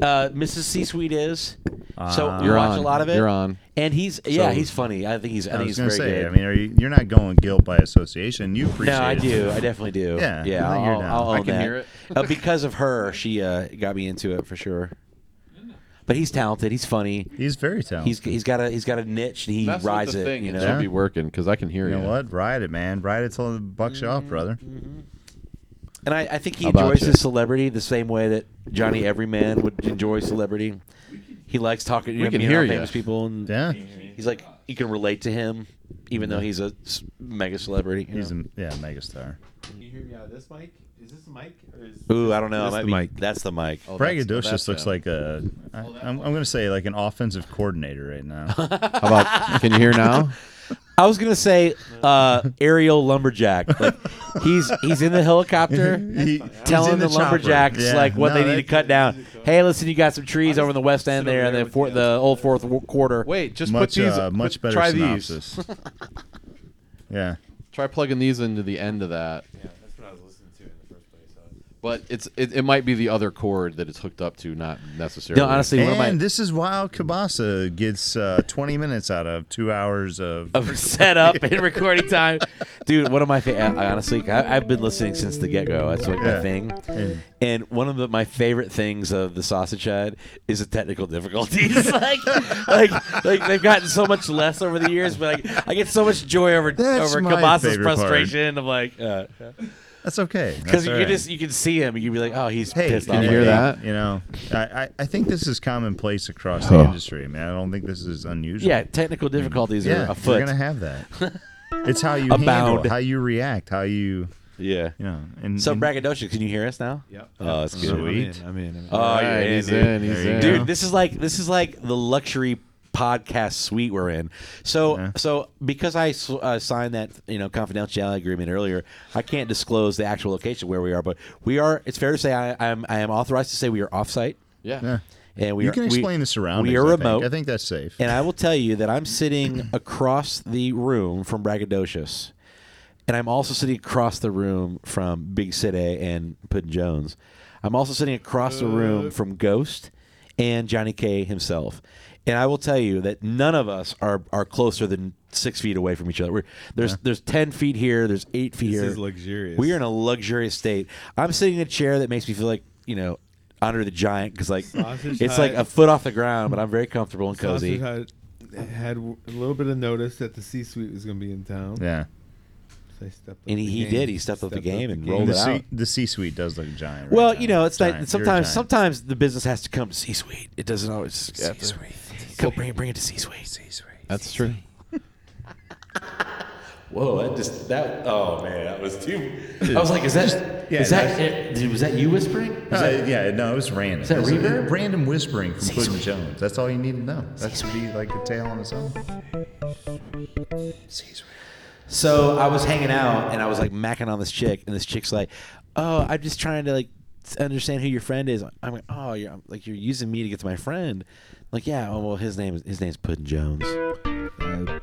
[SPEAKER 4] Uh, Mrs. C Suite is, so
[SPEAKER 5] Ah.
[SPEAKER 4] we
[SPEAKER 2] You're
[SPEAKER 4] watch
[SPEAKER 2] on.
[SPEAKER 4] a lot of it.
[SPEAKER 2] You're on.
[SPEAKER 4] and he's yeah,
[SPEAKER 5] So-
[SPEAKER 4] he's funny. I think he's I,
[SPEAKER 5] I
[SPEAKER 4] think
[SPEAKER 5] was
[SPEAKER 4] he's
[SPEAKER 5] gonna
[SPEAKER 4] very
[SPEAKER 5] say.
[SPEAKER 4] good.
[SPEAKER 5] I mean, are you, you're not going guilt by association. You appreciate.
[SPEAKER 4] No, I
[SPEAKER 5] it.
[SPEAKER 4] do. I definitely do.
[SPEAKER 5] Yeah,
[SPEAKER 4] yeah.
[SPEAKER 5] I think
[SPEAKER 4] I'll,
[SPEAKER 5] you're
[SPEAKER 4] I'll,
[SPEAKER 5] down.
[SPEAKER 4] I'll
[SPEAKER 2] I
[SPEAKER 4] own
[SPEAKER 2] can
[SPEAKER 4] that.
[SPEAKER 2] hear it.
[SPEAKER 4] uh, because of her, she uh, got me into it for sure. But he's talented. He's funny.
[SPEAKER 5] He's very talented.
[SPEAKER 4] He's he's got a he's got a niche and he
[SPEAKER 2] That's
[SPEAKER 4] rides
[SPEAKER 2] the
[SPEAKER 4] it.
[SPEAKER 2] thing.
[SPEAKER 4] you
[SPEAKER 2] it
[SPEAKER 4] know.
[SPEAKER 2] should be working because I can hear
[SPEAKER 5] you
[SPEAKER 2] you.
[SPEAKER 5] know what? Ride it, man. Ride it till the bucks you off,
[SPEAKER 4] Mm-hmm.
[SPEAKER 5] brother.
[SPEAKER 4] And I, I think he
[SPEAKER 2] How about
[SPEAKER 4] enjoys
[SPEAKER 2] you?
[SPEAKER 4] his celebrity the same way that Johnny Everyman would enjoy celebrity. He likes talking. You
[SPEAKER 2] We
[SPEAKER 4] know,
[SPEAKER 2] can
[SPEAKER 4] being
[SPEAKER 2] hear
[SPEAKER 4] around
[SPEAKER 2] ya.
[SPEAKER 4] famous people. And
[SPEAKER 5] Yeah.
[SPEAKER 4] He's like you can relate to him, even though he's a s- mega celebrity. you
[SPEAKER 5] He's
[SPEAKER 4] know.
[SPEAKER 5] a yeah megastar.
[SPEAKER 3] Can you hear me out of this mic? Is this a mic or is
[SPEAKER 4] Ooh, I don't know.
[SPEAKER 6] That's
[SPEAKER 4] It
[SPEAKER 6] the
[SPEAKER 4] might be-
[SPEAKER 6] mic.
[SPEAKER 4] That's the mic.
[SPEAKER 2] Oh, that's-
[SPEAKER 5] Braggadocious
[SPEAKER 2] that's
[SPEAKER 5] looks
[SPEAKER 2] him.
[SPEAKER 5] like a. I, I'm, I'm gonna say like an offensive coordinator right
[SPEAKER 4] [laughs]
[SPEAKER 5] now.
[SPEAKER 2] How about? Can you hear now?
[SPEAKER 4] I was gonna say uh, aerial lumberjack. Like he's he's in the helicopter
[SPEAKER 5] He- [laughs] he's
[SPEAKER 4] telling
[SPEAKER 5] in
[SPEAKER 4] the,
[SPEAKER 5] chopper.
[SPEAKER 4] lumberjacks
[SPEAKER 5] Yeah,
[SPEAKER 4] like what
[SPEAKER 5] no,
[SPEAKER 4] they need
[SPEAKER 5] that-
[SPEAKER 4] to cut down. Hey, listen, you got some trees over in the west end there, and the four, the old fourth w- quarter.
[SPEAKER 2] Wait, just put
[SPEAKER 5] much
[SPEAKER 2] these.
[SPEAKER 5] uh, much
[SPEAKER 2] put-
[SPEAKER 5] better
[SPEAKER 2] Try these.
[SPEAKER 5] synopsis.
[SPEAKER 4] [laughs]
[SPEAKER 5] yeah.
[SPEAKER 2] Try plugging these into the end of that.
[SPEAKER 3] Yeah, that's what I was listening to in the first place.
[SPEAKER 2] But it's it, it might be the other cord that it's hooked up to, not necessarily.
[SPEAKER 4] No, honestly, one
[SPEAKER 5] And
[SPEAKER 4] of my
[SPEAKER 5] this is why Kabasa gets uh, 20 minutes out of two hours of.
[SPEAKER 4] of [laughs] setup and recording time, dude. One of my fa- I, I honestly, I, I've been listening since the get go. That's like my
[SPEAKER 5] Yeah.
[SPEAKER 4] thing.
[SPEAKER 5] and
[SPEAKER 4] And one of the, my favorite things of the sausage head is the technical difficulties. [laughs] like, like, like they've gotten so much less over the years, but like, I get so much joy over
[SPEAKER 5] That's
[SPEAKER 4] over
[SPEAKER 5] my
[SPEAKER 4] Kabasa's
[SPEAKER 5] favorite part.
[SPEAKER 4] frustration of like, because
[SPEAKER 5] that's okay. That's
[SPEAKER 4] you
[SPEAKER 5] all
[SPEAKER 4] can
[SPEAKER 5] right.
[SPEAKER 4] just you can see him, and you can be like, oh, he's
[SPEAKER 5] Hey,
[SPEAKER 4] pissed
[SPEAKER 2] can
[SPEAKER 4] off.
[SPEAKER 2] you hear
[SPEAKER 4] right
[SPEAKER 2] that?
[SPEAKER 4] now.
[SPEAKER 5] You know, I, I, I think this is commonplace across the industry. I mean, I don't think this is unusual.
[SPEAKER 4] Yeah, technical difficulties
[SPEAKER 5] Mm-hmm. yeah,
[SPEAKER 4] are
[SPEAKER 5] you're
[SPEAKER 4] afoot.
[SPEAKER 5] gonna have
[SPEAKER 4] [laughs]
[SPEAKER 5] that. it's how you handle,
[SPEAKER 4] Abound.
[SPEAKER 5] it, how you react, how you,
[SPEAKER 4] yeah.
[SPEAKER 5] you know. And,
[SPEAKER 4] So
[SPEAKER 5] and-
[SPEAKER 4] braggadocious, can you hear us now?
[SPEAKER 6] Yep.
[SPEAKER 4] Oh, that's good.
[SPEAKER 6] I'm in,
[SPEAKER 5] Sweet.
[SPEAKER 6] I'm in. I'm in.
[SPEAKER 4] Oh,
[SPEAKER 2] All
[SPEAKER 4] you're
[SPEAKER 2] right,
[SPEAKER 4] in,
[SPEAKER 2] he's
[SPEAKER 4] dude.
[SPEAKER 2] in. He's
[SPEAKER 5] There you
[SPEAKER 2] in.
[SPEAKER 5] go.
[SPEAKER 4] dude this is like this is like the luxury podcast suite we're in so
[SPEAKER 5] Yeah.
[SPEAKER 4] so because i s- uh, signed that you know confidentiality agreement earlier i can't disclose the actual location where we are but we are it's fair to say i, I am i am authorized to say we are offsite
[SPEAKER 2] Yeah.
[SPEAKER 5] yeah.
[SPEAKER 4] and we
[SPEAKER 5] you
[SPEAKER 4] are,
[SPEAKER 5] can
[SPEAKER 4] we-
[SPEAKER 5] explain the surroundings.
[SPEAKER 4] we are
[SPEAKER 5] I think.
[SPEAKER 4] remote
[SPEAKER 5] I think that's safe.
[SPEAKER 4] and i will tell you that i'm sitting across the room from braggadocious and i'm also sitting across the room from big city and puddin jones i'm also sitting across the
[SPEAKER 6] Uh.
[SPEAKER 4] room from ghost and johnny k himself and i will tell you that none of us are, are closer than six feet away from each other We're, there's there's 10 feet here there's 8 feet
[SPEAKER 6] This
[SPEAKER 4] here
[SPEAKER 6] is luxurious.
[SPEAKER 4] we are in a luxurious state i'm sitting in a chair that makes me feel like you know under the giant because like
[SPEAKER 6] Sausage
[SPEAKER 4] it's like
[SPEAKER 6] hut.
[SPEAKER 4] a foot off the ground but i'm very comfortable and cozy
[SPEAKER 6] Sausage Hut had a little bit of notice that the C-suite was going to be in town.
[SPEAKER 5] yeah.
[SPEAKER 6] They stepped up
[SPEAKER 4] And he,
[SPEAKER 6] the
[SPEAKER 4] he
[SPEAKER 6] game.
[SPEAKER 4] did. He stepped up the
[SPEAKER 6] Stepped up
[SPEAKER 4] game
[SPEAKER 6] the
[SPEAKER 4] and
[SPEAKER 6] game.
[SPEAKER 4] rolled
[SPEAKER 5] the
[SPEAKER 4] it
[SPEAKER 5] C,
[SPEAKER 4] out.
[SPEAKER 5] The C-suite does look giant. right
[SPEAKER 4] Well,
[SPEAKER 5] now.
[SPEAKER 4] you know, it's
[SPEAKER 5] Giant.
[SPEAKER 4] like
[SPEAKER 5] You're a
[SPEAKER 4] sometimes
[SPEAKER 5] giant.
[SPEAKER 4] sometimes the business has to come to C-suite. It doesn't always C-suite. Come bring it, bring it to C-suite. C-suite.
[SPEAKER 2] That's true.
[SPEAKER 4] [laughs] Whoa, that just that. Oh man, that was too. I was like, is that
[SPEAKER 5] Yeah,
[SPEAKER 4] is that eh, dude, was that you whispering? Is
[SPEAKER 5] Uh,
[SPEAKER 4] that-
[SPEAKER 5] yeah, no, it was random.
[SPEAKER 4] Is that
[SPEAKER 5] It was
[SPEAKER 4] reverb?
[SPEAKER 5] Random whispering from
[SPEAKER 4] C-suite.
[SPEAKER 5] Puddin' Jones. That's all you need to know. That should be like a tale on its own.
[SPEAKER 4] So I was hanging out and I was like macking on this chick, and this chick's like, "Oh, I'm just trying to like s- understand who your friend is." I'm like, "Oh, you're I'm like you're using me to get to my friend." like, yeah, oh, well, his name is his name's Puddin Jones.
[SPEAKER 6] Bud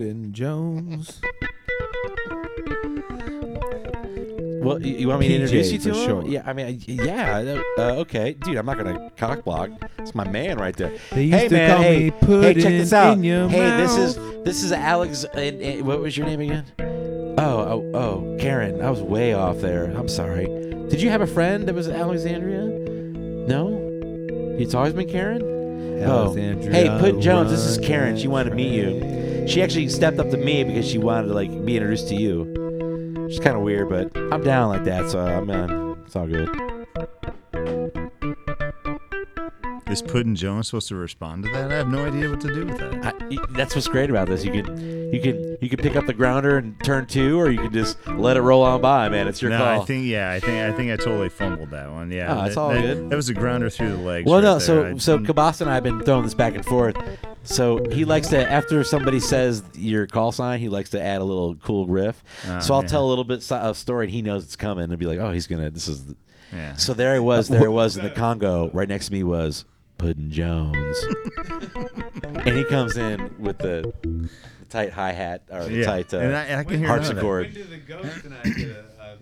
[SPEAKER 6] and Jones.
[SPEAKER 4] Well, you, you want me to
[SPEAKER 6] PJ
[SPEAKER 4] introduce you to
[SPEAKER 6] for
[SPEAKER 4] him?
[SPEAKER 6] short.
[SPEAKER 4] Yeah, I mean, I- yeah, uh, okay, dude, I'm not gonna cock block. It's my man right there.
[SPEAKER 6] They used
[SPEAKER 4] hey
[SPEAKER 6] to
[SPEAKER 4] man,
[SPEAKER 6] call
[SPEAKER 4] hey,
[SPEAKER 6] me
[SPEAKER 4] hey,
[SPEAKER 6] Puddin'
[SPEAKER 4] check this out.
[SPEAKER 6] in your
[SPEAKER 4] hey, this
[SPEAKER 6] mouth.
[SPEAKER 4] is this is Alex. And, and what was your name again? Oh, oh, oh, Karen. I was way off there. I'm sorry. Did you have a friend that was Alexandria? No. It's always been Karen. Oh. Hey, Puddin Jones. This is Karen. She wanted to meet you. She actually stepped up to me because she wanted to like be introduced to you. Which is kind of weird, but I'm down like that, so I'm in. It's all good.
[SPEAKER 5] Is Puddin' Jones supposed to respond to that? I have no idea what to do with that.
[SPEAKER 4] I, that's what's great about this. You can you can you can pick up the grounder and turn two, or you can just let it roll on by, man. It's your
[SPEAKER 5] no,
[SPEAKER 4] call.
[SPEAKER 5] I think yeah, I think I think I totally fumbled that one. Yeah,
[SPEAKER 4] Oh, it's
[SPEAKER 5] that-
[SPEAKER 4] all
[SPEAKER 5] that,
[SPEAKER 4] good.
[SPEAKER 5] That was a grounder through the legs.
[SPEAKER 4] well,
[SPEAKER 5] right
[SPEAKER 4] no.
[SPEAKER 5] there.
[SPEAKER 4] So
[SPEAKER 5] I-
[SPEAKER 4] so
[SPEAKER 5] I'm-
[SPEAKER 4] Kabasa and I have been throwing this back and forth. So he likes to after somebody says your call sign, he likes to add a little cool riff.
[SPEAKER 5] Oh,
[SPEAKER 4] so I'll
[SPEAKER 5] yeah.
[SPEAKER 4] tell a little bit si- of story, and he knows it's coming, and be like, oh, he's gonna. This is. The...
[SPEAKER 5] yeah.
[SPEAKER 4] So there I
[SPEAKER 5] Uh,
[SPEAKER 4] was. There I was in the Congo. Right next to me was Puddin Jones, and he comes in with the. Tight hi hat or the
[SPEAKER 5] yeah.
[SPEAKER 4] tight uh,
[SPEAKER 5] and I, I can hear none of that.
[SPEAKER 4] harpsichord.
[SPEAKER 3] When did the Ghost and I get a,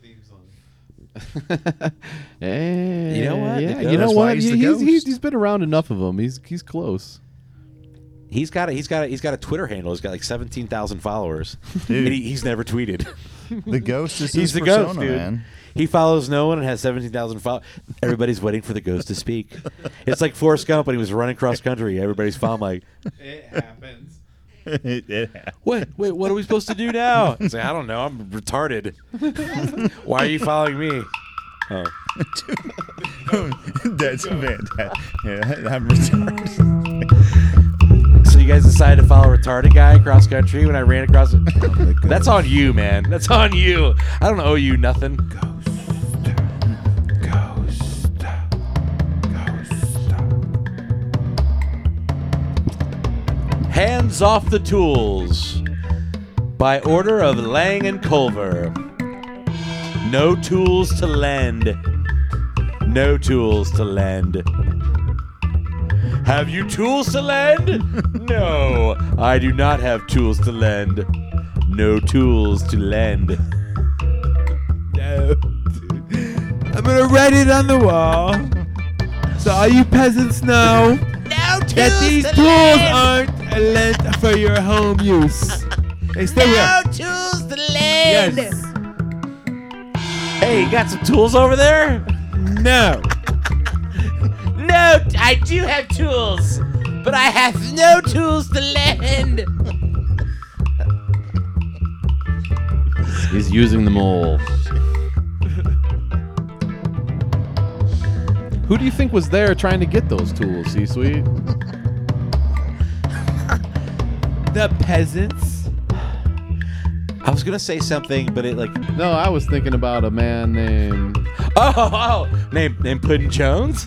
[SPEAKER 3] a theme song?
[SPEAKER 2] Eh,
[SPEAKER 4] You know
[SPEAKER 2] [laughs]
[SPEAKER 4] what?
[SPEAKER 2] Yeah,
[SPEAKER 4] The
[SPEAKER 2] you know
[SPEAKER 5] ghost. Why
[SPEAKER 2] what?
[SPEAKER 5] he's the
[SPEAKER 2] He- he's, he's,
[SPEAKER 5] ghost.
[SPEAKER 2] he's been around enough of them. He's he's close.
[SPEAKER 4] He's got a he's got a he's got a Twitter handle. He's got like seventeen thousand followers,
[SPEAKER 5] Dude.
[SPEAKER 4] and he, he's never tweeted.
[SPEAKER 5] The ghost is
[SPEAKER 4] [laughs] he's
[SPEAKER 5] his
[SPEAKER 4] the
[SPEAKER 5] persona,
[SPEAKER 4] ghost, dude.
[SPEAKER 5] man. [laughs]
[SPEAKER 4] He follows no one and has seventeen thousand followers. Everybody's waiting for the ghost to speak. It's like Forrest Gump when he was running cross country. Everybody's following like,
[SPEAKER 3] It happens.
[SPEAKER 5] It- it [laughs] happened.
[SPEAKER 4] wait, wait, what are we supposed to do now? It's like I don't know. I'm retarded. Why are you following me? Oh.
[SPEAKER 5] That's fantastic. [laughs] Yeah, I'm [laughs] retarded.
[SPEAKER 4] So you guys decided to follow a retarded guy across country when I ran across it. That's on you, man. That's on you. I don't owe you nothing. Hands off the tools. By order of Lang and Culver. No tools to lend. No tools to lend. Have you tools to lend? no, I do not have tools to lend. No tools to lend.
[SPEAKER 6] No. I'm gonna write it on the wall. So all you peasants know that these tools aren't lent for your home use. They stay here.
[SPEAKER 4] tools to lend.
[SPEAKER 6] Yes.
[SPEAKER 4] Hey, you got some tools over there?
[SPEAKER 6] No.
[SPEAKER 4] No, I do have tools, but I have no tools to lend.
[SPEAKER 2] He's using them all. Who do you think was there trying to get those tools, C-suite?
[SPEAKER 6] The peasants.
[SPEAKER 4] I was gonna say something, but it like
[SPEAKER 2] No, I was thinking about a man named.
[SPEAKER 4] oh oh, oh name name
[SPEAKER 6] [laughs]
[SPEAKER 4] Puddin Jones.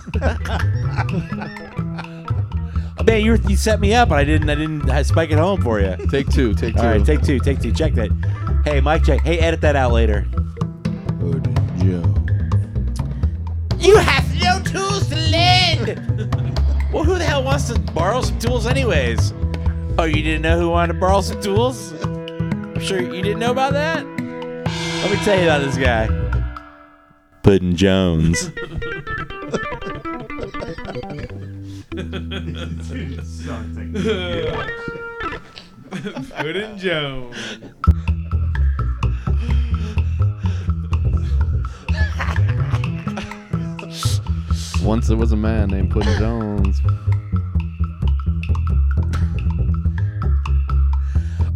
[SPEAKER 4] Man, you, you set me up, and I didn't I didn't I spike it home for you.
[SPEAKER 2] Take two, take two.
[SPEAKER 4] All right, take two, take two, check that. Hey, Mike, check. Hey, edit that out later. You have no tools to lend. well, who the hell wants to borrow some tools, anyways? Oh, you didn't know who wanted to borrow some tools? I'm sure you didn't know about that. Let me tell you about this guy. Puddin Jones.
[SPEAKER 3] Good and Jones.
[SPEAKER 2] Once there was a man named Puddin Jones.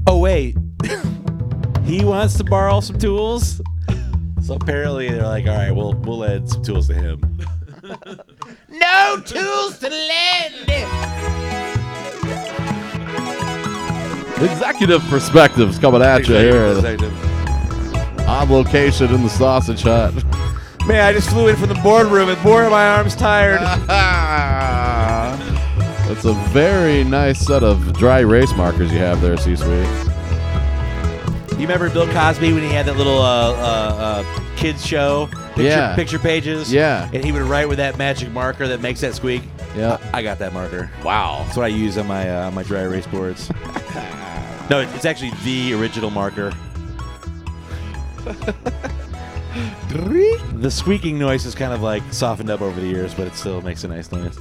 [SPEAKER 4] Oh, wait, he wants to borrow some tools. So apparently they're like, all right, we'll we'll lend some tools to him.
[SPEAKER 11] No tools to lend.
[SPEAKER 2] Executive perspectives coming at you here. On location in the sausage hut.
[SPEAKER 4] Man, I just flew in from the boardroom and boy, are my arms tired.
[SPEAKER 2] That's a very nice set of dry race markers you have there, C-Suite.
[SPEAKER 4] you remember Bill Cosby when he had that little uh, uh, uh, kids show? Picture,
[SPEAKER 2] Yeah.
[SPEAKER 4] Picture pages.
[SPEAKER 2] Yeah.
[SPEAKER 4] And he would write with that magic marker that makes that squeak.
[SPEAKER 2] Yeah.
[SPEAKER 4] I, I got that marker. Wow. That's what I use on my uh, on my dry erase [laughs] boards. no, it's actually the original [laughs] marker. The squeaking noise is kind of like softened up over the years, but it still makes a nice noise.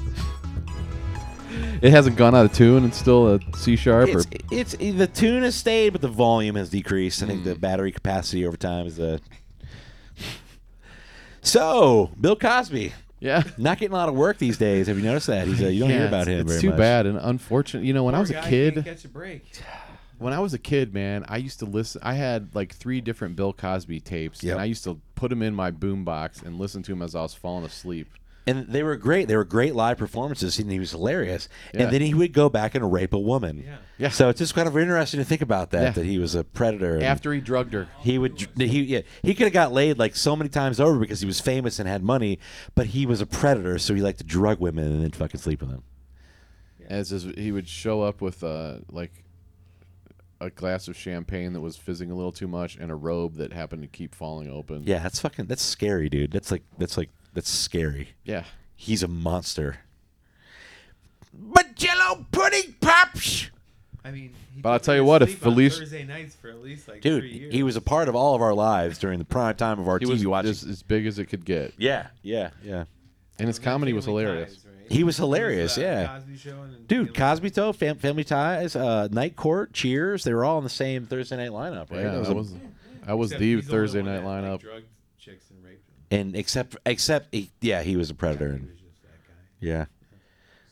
[SPEAKER 2] It hasn't gone out of tune. It's still a C sharp. Or,
[SPEAKER 4] It's, it's the tune has stayed, but the volume has decreased. I think the battery capacity over time is the. So Bill Cosby,
[SPEAKER 2] yeah,
[SPEAKER 4] not getting a lot of work these days. Have you noticed that? He's uh, you don't
[SPEAKER 2] Yeah,
[SPEAKER 4] hear about
[SPEAKER 2] it's-
[SPEAKER 4] him.
[SPEAKER 2] It's
[SPEAKER 4] very
[SPEAKER 2] too
[SPEAKER 4] much.
[SPEAKER 2] bad and unfortunate. You know, when I
[SPEAKER 1] Poor
[SPEAKER 2] was a
[SPEAKER 1] guy
[SPEAKER 2] kid,
[SPEAKER 1] can't catch a break.
[SPEAKER 2] [sighs] when I was a kid, man, I used to listen. I had like three different Bill Cosby tapes,
[SPEAKER 4] Yep.
[SPEAKER 2] and I used to put them in my boombox and listen to them as I was falling asleep.
[SPEAKER 4] And they were great. They were great live performances, and he was hilarious.
[SPEAKER 2] Yeah.
[SPEAKER 4] And then he would go back and rape a woman. Yeah.
[SPEAKER 2] Yeah.
[SPEAKER 4] So it's just kind of interesting to think about that
[SPEAKER 2] Yeah.
[SPEAKER 4] that he was a predator. and
[SPEAKER 2] After he drugged her,
[SPEAKER 4] He would he yeah, he could have got laid like so many times over because he was famous and had money, but he was a predator, so he liked to drug women and then fucking sleep with them.
[SPEAKER 2] as his, he would show up with uh, like a glass of champagne that was fizzing a little too much and a robe that happened to keep falling open.
[SPEAKER 4] Yeah, that's fucking that's scary, dude. That's like that's like that's scary.
[SPEAKER 2] Yeah.
[SPEAKER 4] He's a monster.
[SPEAKER 11] But Jello pudding pops.
[SPEAKER 3] I mean, he
[SPEAKER 2] But I'll
[SPEAKER 3] didn't
[SPEAKER 2] tell you
[SPEAKER 3] even
[SPEAKER 2] what, if
[SPEAKER 3] sleep on
[SPEAKER 2] Felice-
[SPEAKER 3] Thursday nights for at least like
[SPEAKER 4] Dude,
[SPEAKER 3] three years.
[SPEAKER 4] he was a part of all of our lives during the prime time of our
[SPEAKER 2] He
[SPEAKER 4] TV
[SPEAKER 2] was
[SPEAKER 4] watching.
[SPEAKER 2] just as big as it could get.
[SPEAKER 4] yeah, yeah, yeah.
[SPEAKER 2] And his comedy was
[SPEAKER 3] Family
[SPEAKER 2] hilarious.
[SPEAKER 3] Ties, right?
[SPEAKER 4] He was hilarious,
[SPEAKER 3] uh,
[SPEAKER 4] yeah.
[SPEAKER 3] Cosby Show and-
[SPEAKER 4] Dude, Cosby Toe, fam- Family Ties, uh, Night Court, Cheers, they were all in the same Thursday night lineup, right?
[SPEAKER 2] Yeah,
[SPEAKER 4] It was
[SPEAKER 2] that
[SPEAKER 4] a-
[SPEAKER 2] was that was
[SPEAKER 3] Except
[SPEAKER 2] the
[SPEAKER 3] he's only
[SPEAKER 2] Thursday
[SPEAKER 3] one
[SPEAKER 2] night
[SPEAKER 3] that, like,
[SPEAKER 2] lineup.
[SPEAKER 3] drugged chicks and raped them.
[SPEAKER 4] and except except he, yeah, he was a predator.
[SPEAKER 3] He
[SPEAKER 4] And,
[SPEAKER 3] was just that guy.
[SPEAKER 4] yeah.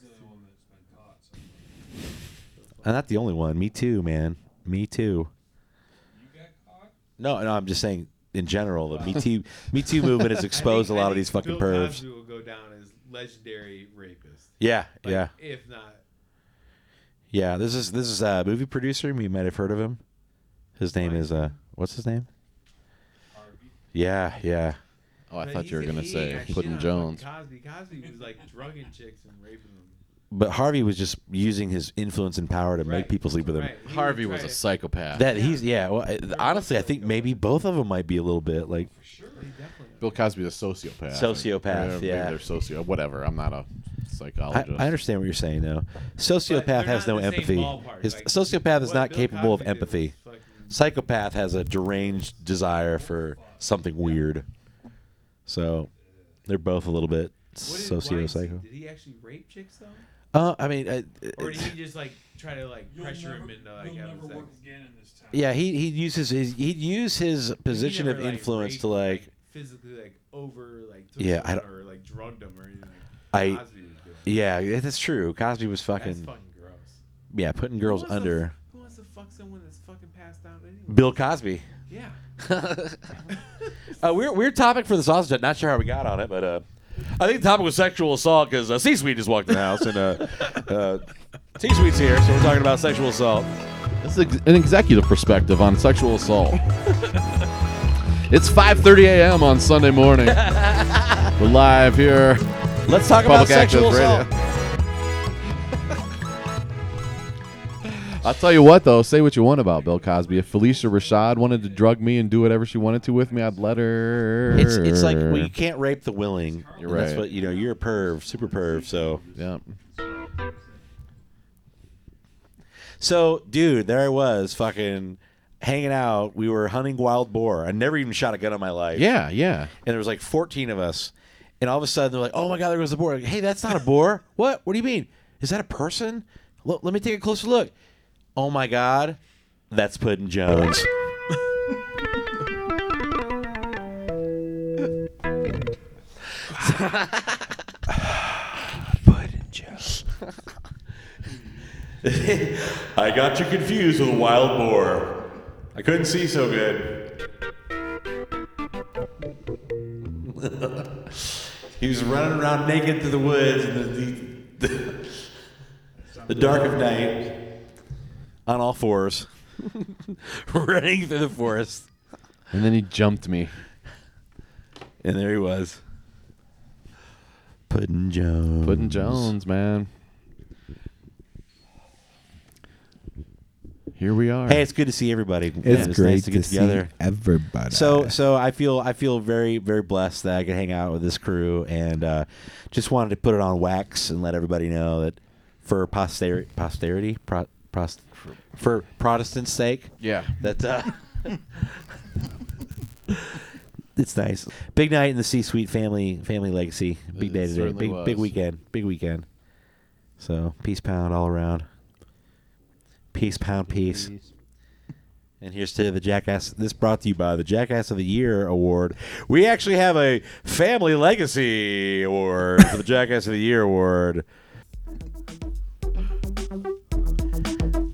[SPEAKER 12] He's the only one that's been caught. So
[SPEAKER 4] I'm not the only one. Me too, man. Me too.
[SPEAKER 12] you got caught?
[SPEAKER 4] No, no, I'm just saying in general, the Me Too Me Too movement has exposed
[SPEAKER 3] I think-
[SPEAKER 4] a
[SPEAKER 3] I
[SPEAKER 4] lot of
[SPEAKER 3] think
[SPEAKER 4] these fucking
[SPEAKER 3] Bill
[SPEAKER 4] pervs.
[SPEAKER 3] Cosby will go down as legendary rapist.
[SPEAKER 4] Yeah,
[SPEAKER 3] Like,
[SPEAKER 4] yeah,
[SPEAKER 3] If not,
[SPEAKER 4] yeah. This is this is a movie producer. You might have heard of him. His name is uh, what's his name? Yeah, yeah.
[SPEAKER 2] Oh, I
[SPEAKER 3] but
[SPEAKER 2] thought
[SPEAKER 3] he
[SPEAKER 2] you were
[SPEAKER 3] said
[SPEAKER 2] gonna
[SPEAKER 3] he
[SPEAKER 2] say
[SPEAKER 3] got shit on
[SPEAKER 2] Puddin'
[SPEAKER 3] by
[SPEAKER 2] Jones.
[SPEAKER 3] Cosby, Cosby was like drugging chicks and raping them.
[SPEAKER 4] But Harvey was just using his influence and power to make
[SPEAKER 3] Right,
[SPEAKER 4] people sleep with him.
[SPEAKER 3] Right. He would
[SPEAKER 2] Harvey
[SPEAKER 3] try
[SPEAKER 2] was a
[SPEAKER 3] to-
[SPEAKER 2] psychopath.
[SPEAKER 4] That he's yeah. Well, I- honestly, I think maybe both of them might be a little bit like
[SPEAKER 3] he definitely.
[SPEAKER 2] Bill Cosby's a sociopath.
[SPEAKER 4] Sociopath,
[SPEAKER 2] Maybe
[SPEAKER 4] yeah.
[SPEAKER 2] they're socio. Whatever. I'm not a
[SPEAKER 4] I,
[SPEAKER 2] psychologist.
[SPEAKER 4] I understand what you're saying though.
[SPEAKER 3] But
[SPEAKER 4] Sociopath
[SPEAKER 3] they're
[SPEAKER 4] has
[SPEAKER 3] not
[SPEAKER 4] no
[SPEAKER 3] in the same
[SPEAKER 4] empathy.
[SPEAKER 3] ballpark.
[SPEAKER 4] His
[SPEAKER 3] Like,
[SPEAKER 4] sociopath is
[SPEAKER 3] what
[SPEAKER 4] not
[SPEAKER 3] Bill
[SPEAKER 4] capable of
[SPEAKER 3] Cosby did was
[SPEAKER 4] empathy.
[SPEAKER 3] fucking-
[SPEAKER 4] Psychopath has a deranged desire for something weird. So they're both a little bit
[SPEAKER 3] What did
[SPEAKER 4] socio
[SPEAKER 3] Weiss-
[SPEAKER 4] psycho.
[SPEAKER 3] Did he actually rape chicks though,
[SPEAKER 4] Uh, I mean, I,
[SPEAKER 3] or did he just like try to like
[SPEAKER 12] You'll
[SPEAKER 3] pressure
[SPEAKER 12] never,
[SPEAKER 3] him into like
[SPEAKER 12] you'll
[SPEAKER 3] having
[SPEAKER 12] never
[SPEAKER 3] sex?
[SPEAKER 12] work again in this town.
[SPEAKER 4] [laughs] yeah, he he uses his he'd use his position
[SPEAKER 3] He
[SPEAKER 4] of
[SPEAKER 3] never, like,
[SPEAKER 4] influence
[SPEAKER 3] raped
[SPEAKER 4] to
[SPEAKER 3] him,
[SPEAKER 4] like
[SPEAKER 3] physically like over like took
[SPEAKER 4] Yeah,
[SPEAKER 3] him
[SPEAKER 4] I don't-
[SPEAKER 3] or like drugged him or anything. Like
[SPEAKER 4] I-
[SPEAKER 3] Cosby was doing.
[SPEAKER 4] yeah, yeah, that's true. Cosby was fucking
[SPEAKER 3] That's fucking gross.
[SPEAKER 4] yeah, putting girls
[SPEAKER 3] Who wants to-
[SPEAKER 4] under
[SPEAKER 3] who wants to fuck someone that's fucking passed out anyway?
[SPEAKER 4] Bill Cosby.
[SPEAKER 3] Yeah.
[SPEAKER 4] Uh, weird, weird topic for the sausage. hut. Not sure how we got on it, but uh, I think the topic was sexual assault because uh, C-Suite just walked in the house and uh,
[SPEAKER 3] [laughs]
[SPEAKER 4] uh, T-Suite's here, so we're talking about sexual assault.
[SPEAKER 2] This is ex- an executive perspective on sexual assault. [laughs] it's 5:30 a.m. on Sunday
[SPEAKER 4] [laughs]
[SPEAKER 2] morning. We're live here.
[SPEAKER 4] Let's talk about
[SPEAKER 2] Public Access
[SPEAKER 4] sexual
[SPEAKER 2] Radio.
[SPEAKER 4] assault.
[SPEAKER 2] I'll tell you what, though. Say what you want about Bill Cosby. If Felicia Rashad wanted to drug me and do whatever she wanted to with me, I'd let her.
[SPEAKER 4] It's it's like well, you can't rape the willing.
[SPEAKER 2] You're
[SPEAKER 4] and That's
[SPEAKER 2] right.
[SPEAKER 4] what you know. You're a perv, super perv. So
[SPEAKER 2] Yeah.
[SPEAKER 4] so dude, there I was, fucking hanging out. We were hunting wild boar. I never even shot a gun in my life.
[SPEAKER 2] Yeah. Yeah.
[SPEAKER 4] and there was like 14 of us. And all of a sudden, they're like, "Oh my God, there goes the boar!" Like, hey, that's not a boar. [laughs] what? What do you mean? Is that a person? Look, let me take a closer look. Oh my God, that's Puddin' Jones. [laughs] Puddin' Jones.
[SPEAKER 13] [laughs] I got you confused with a wild boar. I couldn't see so good.
[SPEAKER 4] He was running around naked through the woods in the, the, the, the dark of night on all fours, [laughs] running through the forest.
[SPEAKER 2] And then he jumped me.
[SPEAKER 4] And there he was. Puddin' Jones.
[SPEAKER 2] Puddin' Jones, man. Here we are.
[SPEAKER 4] Hey, it's good to see everybody.
[SPEAKER 6] It's
[SPEAKER 4] Yeah,
[SPEAKER 6] great
[SPEAKER 4] nice to get
[SPEAKER 6] to see
[SPEAKER 4] together.
[SPEAKER 6] everybody.
[SPEAKER 4] So, so I feel I feel very very blessed that I could hang out with this crew, and uh, just wanted to put it on wax and let everybody know that for posterity, posterity, pro, pros- for Protestants' sake,
[SPEAKER 2] Yeah.
[SPEAKER 4] that uh, [laughs] it's nice. Big night in the C-suite family family legacy. Big
[SPEAKER 2] It
[SPEAKER 4] day today.
[SPEAKER 2] certainly
[SPEAKER 4] Big big
[SPEAKER 2] was.
[SPEAKER 4] weekend. Big weekend. So peace pound all around. Peace pound peace. And here's to the Jackass. This brought to you by the Jackass of the Year Award. We actually have a Family Legacy Award for the Jackass of the Year Award.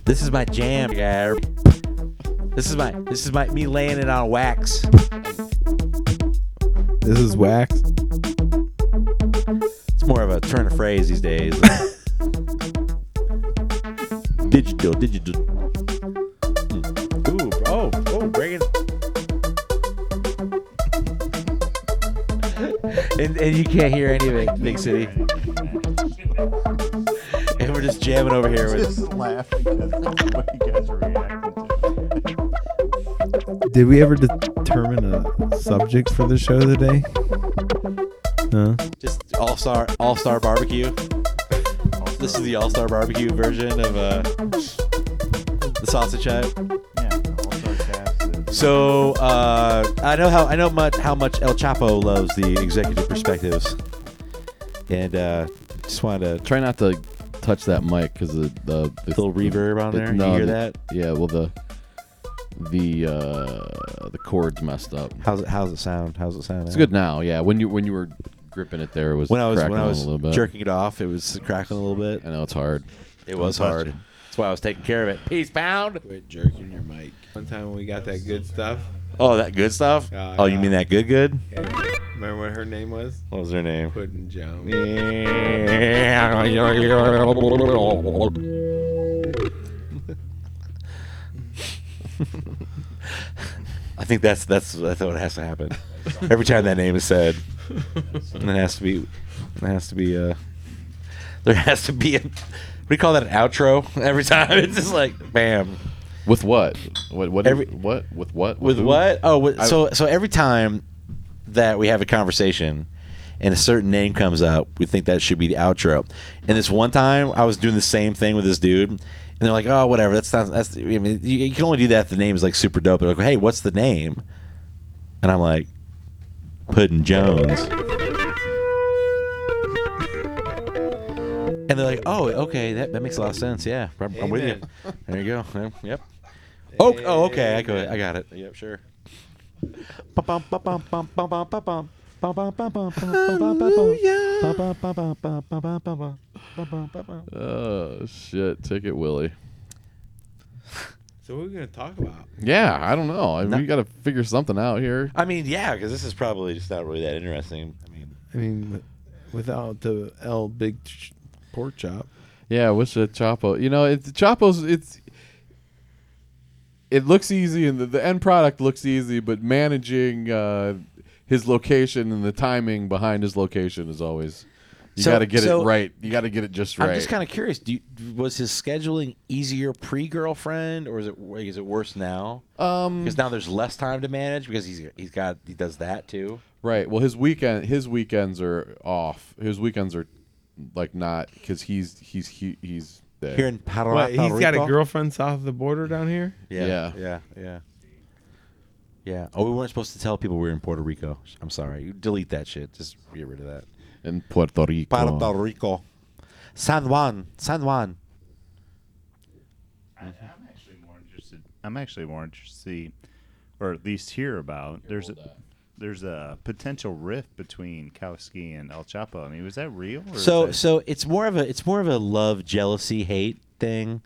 [SPEAKER 4] This is my jam, guy. This is my this is my me laying it on wax.
[SPEAKER 6] This is wax.
[SPEAKER 4] It's more of a turn of phrase
[SPEAKER 6] [laughs]
[SPEAKER 4] these days. digital, digital. Ooh, oh, oh, bring it. [laughs] and, and you can't hear anything, Big City. [laughs] And we're just jamming over here with.
[SPEAKER 13] laugh because of the way you guys are reacting to it.
[SPEAKER 6] Did we ever determine a subject for the show today? No.
[SPEAKER 4] Just All Star All Star Barbecue. This is the All Star Barbecue version of uh, the sausage hut. So uh, I know how I know much how much El Chapo loves the executive perspectives, and uh, just wanted to
[SPEAKER 2] Try not to touch that mic because the, the, the
[SPEAKER 4] Little reverb on there? You hear
[SPEAKER 2] the-
[SPEAKER 4] that?
[SPEAKER 2] Yeah. Well, the the uh, the cords messed up.
[SPEAKER 4] how's it how's it sound? How's it sound?
[SPEAKER 2] It's
[SPEAKER 4] Alan?
[SPEAKER 2] good now. Yeah. When you when you were gripping it there, it was
[SPEAKER 4] When I was
[SPEAKER 2] cracking
[SPEAKER 4] when I was
[SPEAKER 2] a little bit.
[SPEAKER 4] jerking it off, it was cracking a little bit.
[SPEAKER 2] I know it's hard.
[SPEAKER 4] It was hard. That's why I was taking care of it. Peace pound.
[SPEAKER 6] Quit jerking your mic. One time when we got that good stuff.
[SPEAKER 4] Oh, that good stuff.
[SPEAKER 6] Yeah,
[SPEAKER 4] oh, you
[SPEAKER 6] yeah.
[SPEAKER 4] mean that good good?
[SPEAKER 6] Remember what her name was?
[SPEAKER 4] What was her name?
[SPEAKER 6] Puddin' Jones.
[SPEAKER 4] [laughs] I think that's that's that's what has to happen. Every time that name is said, it has to be, it has to be uh there has to be a, what do you call that an outro? Every time [laughs] it's just like bam.
[SPEAKER 2] With what? What? What?
[SPEAKER 4] Every-
[SPEAKER 2] what? With what?
[SPEAKER 4] With
[SPEAKER 2] who?
[SPEAKER 4] what? Oh, with,
[SPEAKER 2] I-
[SPEAKER 4] so so every time that we have a conversation and a certain name comes up, we think that should be the outro. And this one time, I was doing the same thing with this dude, and they're like, "Oh, whatever. That's not. That's. I mean, you, you can only do that if the name is like super dope." They're like, "Hey, what's the name?" And I'm like, "Puddin' Jones." And they're like, "Oh, okay. That, that makes a lot of sense. Yeah, I'm, I'm with you. There you go. Yeah, Yep. Oh, oh, okay. I got it. I got it. Yep, sure."
[SPEAKER 2] Oh shit! Ticket Willie.
[SPEAKER 6] So what are we gonna talk about?
[SPEAKER 2] Yeah, I don't know. I-
[SPEAKER 4] No.
[SPEAKER 2] We got to figure something out here.
[SPEAKER 4] I mean, yeah, because this is probably just not really that interesting. I mean,
[SPEAKER 6] I mean, wi- without the L big ch- pork chop.
[SPEAKER 2] Yeah, what's the Chapo? You know, it's Chapo's. It's it looks easy, and the, the end product looks easy, but managing uh, his location and the timing behind his location is always you
[SPEAKER 4] So-
[SPEAKER 2] got to get
[SPEAKER 4] so-
[SPEAKER 2] it right. You got to get it just right.
[SPEAKER 4] I'm just kind of curious. Do you, was his scheduling easier pre-girlfriend, or is it is it worse now?
[SPEAKER 2] Um,
[SPEAKER 4] because now there's less time to manage because he's he's got he does that too.
[SPEAKER 2] Right. Well, his weekend his weekends are off. His weekends are like not because he's he's he, he's there.
[SPEAKER 4] Here in Paraná,
[SPEAKER 6] What, Uh, he's got a girlfriend south of the border down here.
[SPEAKER 4] Yeah,
[SPEAKER 2] Yeah.
[SPEAKER 4] yeah, yeah, yeah. Oh, we weren't supposed to tell people we were in Puerto Rico. I'm sorry. You delete that shit. Just get rid of that.
[SPEAKER 2] in Puerto Rico.
[SPEAKER 4] Puerto Rico, San Juan, San Juan.
[SPEAKER 5] I, I'm actually more interested. I'm actually more interested to see, or at least hear about. there's a there's a potential rift between Kowski and El Chapo. I mean, was that real? Or is
[SPEAKER 4] So
[SPEAKER 5] that-
[SPEAKER 4] so it's more of a it's more of a love jealousy hate thing,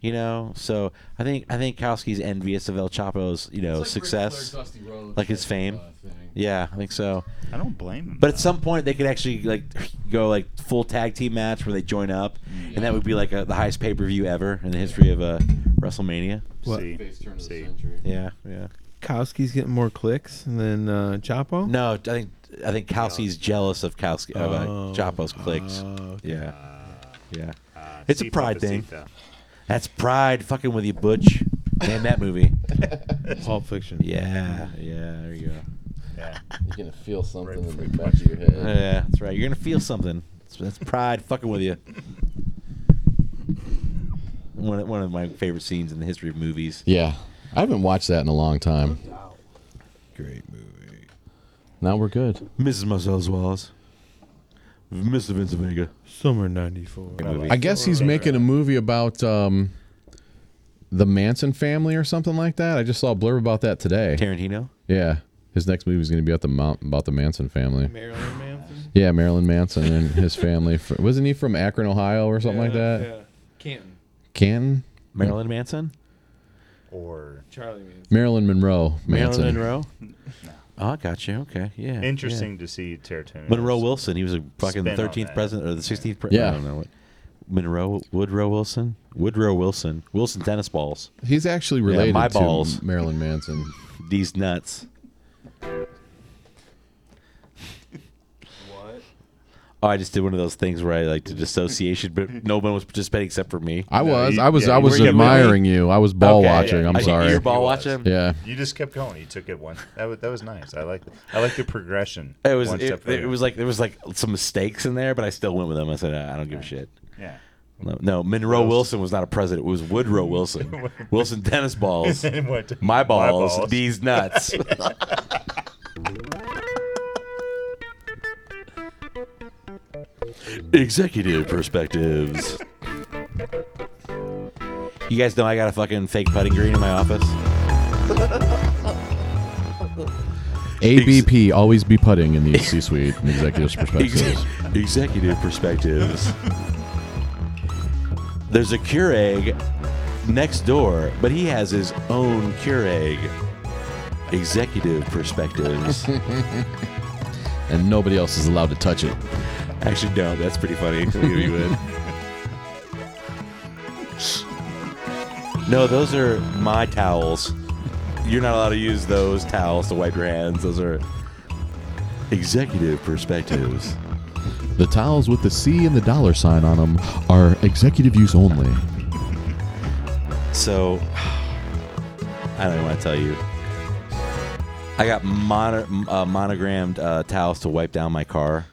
[SPEAKER 4] you know. So I think I think Kowski's envious of El Chapo's you know success,
[SPEAKER 14] Flair, Dusty Rhodes
[SPEAKER 4] like his
[SPEAKER 14] type,
[SPEAKER 4] fame.
[SPEAKER 14] uh, thing.
[SPEAKER 4] yeah, I think so.
[SPEAKER 5] I don't blame him.
[SPEAKER 4] But at some point they could actually like go like full tag team match where they join up, and that would be like a, the highest pay per view ever in the history of uh, WrestleMania.
[SPEAKER 6] What?
[SPEAKER 5] See.
[SPEAKER 14] Face turn of the
[SPEAKER 5] See.
[SPEAKER 14] century.
[SPEAKER 4] Yeah, yeah.
[SPEAKER 6] Kowski's getting more clicks than uh, Chapo.
[SPEAKER 4] No, I think I think Kowski's jealous of Kowski of uh,
[SPEAKER 6] Oh.
[SPEAKER 4] Chapo's clicks.
[SPEAKER 6] Oh, okay. uh,
[SPEAKER 4] Yeah, yeah. it's a
[SPEAKER 5] Sita
[SPEAKER 4] pride thing.
[SPEAKER 5] Pasita.
[SPEAKER 4] That's pride fucking with you, Butch. Damn that movie.
[SPEAKER 6] [laughs] Pulp Fiction.
[SPEAKER 4] Yeah, yeah. There you go.
[SPEAKER 5] Yeah.
[SPEAKER 14] You're gonna feel something in the back of your head.
[SPEAKER 4] Oh, Yeah, that's right. You're gonna feel something. That's, that's pride fucking with you. One of, one of my favorite scenes in the history of movies.
[SPEAKER 2] Yeah. I haven't watched that in a long time.
[SPEAKER 6] Great movie.
[SPEAKER 2] Now we're good.
[SPEAKER 4] Mrs. Marcellus Wallace. Mr. Vincent Vega.
[SPEAKER 6] Summer '94.
[SPEAKER 2] I guess he's making a movie about um, the Manson family or something like that. I just saw a blurb about that today.
[SPEAKER 4] Tarantino.
[SPEAKER 2] Yeah. His next movie is going to be about the Mount, about the Manson family.
[SPEAKER 1] Marilyn Manson.
[SPEAKER 2] Yeah, Marilyn Manson and
[SPEAKER 1] [laughs]
[SPEAKER 2] his family. Fr- Wasn't he from Akron, Ohio, or something like that?
[SPEAKER 1] Yeah.
[SPEAKER 14] Canton.
[SPEAKER 2] Canton?
[SPEAKER 4] Marilyn Manson.
[SPEAKER 5] Or
[SPEAKER 14] Charlie Manson.
[SPEAKER 2] Marilyn Monroe. Manson.
[SPEAKER 4] Marilyn Monroe. Oh, I got you. Okay. Yeah.
[SPEAKER 5] interesting to see Tarantino.
[SPEAKER 4] yeah. Monroe Wilson. He was a fucking
[SPEAKER 5] Spin on
[SPEAKER 4] thirteenth
[SPEAKER 5] that.
[SPEAKER 4] president or the sixteenth. Pre-
[SPEAKER 2] Yeah.
[SPEAKER 4] I don't know what. Monroe Woodrow Wilson. Woodrow Wilson. Wilson tennis balls.
[SPEAKER 2] He's actually
[SPEAKER 4] Yeah,
[SPEAKER 2] related
[SPEAKER 4] my
[SPEAKER 2] to
[SPEAKER 4] balls.
[SPEAKER 2] Marilyn Manson.
[SPEAKER 4] These nuts.
[SPEAKER 12] What?
[SPEAKER 4] Oh, I just did one of those things where I like did association, but no one was participating except for me.
[SPEAKER 2] I
[SPEAKER 5] No,
[SPEAKER 2] was,
[SPEAKER 5] you-
[SPEAKER 2] I was,
[SPEAKER 5] yeah,
[SPEAKER 2] I
[SPEAKER 5] you
[SPEAKER 2] was
[SPEAKER 4] were-
[SPEAKER 2] admiring you. I was ball
[SPEAKER 4] Okay,
[SPEAKER 2] watching.
[SPEAKER 4] yeah.
[SPEAKER 2] I'm
[SPEAKER 4] I-
[SPEAKER 2] sorry.
[SPEAKER 4] You're
[SPEAKER 5] He
[SPEAKER 4] ball
[SPEAKER 5] was.
[SPEAKER 4] watching.
[SPEAKER 2] Yeah.
[SPEAKER 5] You just kept going. You took it one. That was that was nice. I like I like the progression.
[SPEAKER 4] [laughs] It was.
[SPEAKER 5] one
[SPEAKER 4] It,
[SPEAKER 5] step further.
[SPEAKER 4] it was like there was like some mistakes in there, but I still went with them. I said I don't give a shit.
[SPEAKER 5] yeah. [laughs]
[SPEAKER 4] No, no, Monroe Wilson was not a president. It was [laughs] Woodrow Wilson. Wilson tennis balls.
[SPEAKER 5] It went to-
[SPEAKER 4] [laughs] My balls,
[SPEAKER 5] balls.
[SPEAKER 4] these [laughs] nuts. Executive perspectives. You guys know I got a fucking fake putting green in my office.
[SPEAKER 2] ABP, always be putting in the
[SPEAKER 4] [laughs]
[SPEAKER 2] C-suite and executives' perspectives.
[SPEAKER 4] Ex- executive perspectives. There's a Keurig next door, but he has his own Keurig. Executive perspectives.
[SPEAKER 2] and nobody else is allowed to touch it.
[SPEAKER 4] Actually, no, that's pretty funny. I'll give you it. No, those are my towels. You're not allowed to use those towels to wipe your hands. Those are executive perspectives.
[SPEAKER 2] The towels with the C and the dollar sign on them are executive use only.
[SPEAKER 4] So, [sighs] I don't know what to tell you. I got mono, uh, monogrammed uh, towels to wipe down my car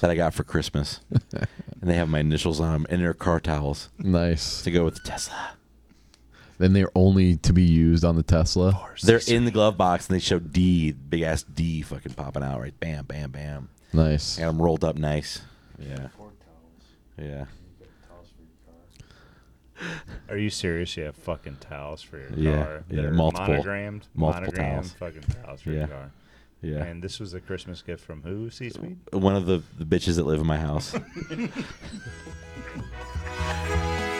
[SPEAKER 4] that I got for Christmas, and they have my initials on them, and they're car towels
[SPEAKER 2] Nice.
[SPEAKER 4] to go with the Tesla.
[SPEAKER 2] And they're only to be used on the Tesla.
[SPEAKER 4] They're in the glove box, and they show D, big ass D, fucking popping out right, bam, bam, bam.
[SPEAKER 2] Nice.
[SPEAKER 4] I got them rolled up nice. Yeah, yeah,
[SPEAKER 5] Are you serious? You have fucking towels for your
[SPEAKER 4] Yeah,
[SPEAKER 5] car.
[SPEAKER 4] yeah,
[SPEAKER 5] They're
[SPEAKER 4] multiple-
[SPEAKER 5] monogrammed,
[SPEAKER 4] multiple
[SPEAKER 5] monogrammed
[SPEAKER 4] towels.
[SPEAKER 5] fucking towels for
[SPEAKER 4] Yeah,
[SPEAKER 5] your car.
[SPEAKER 4] yeah.
[SPEAKER 5] And this was a Christmas gift from who? C suite.
[SPEAKER 4] One of the, the bitches that live in my house.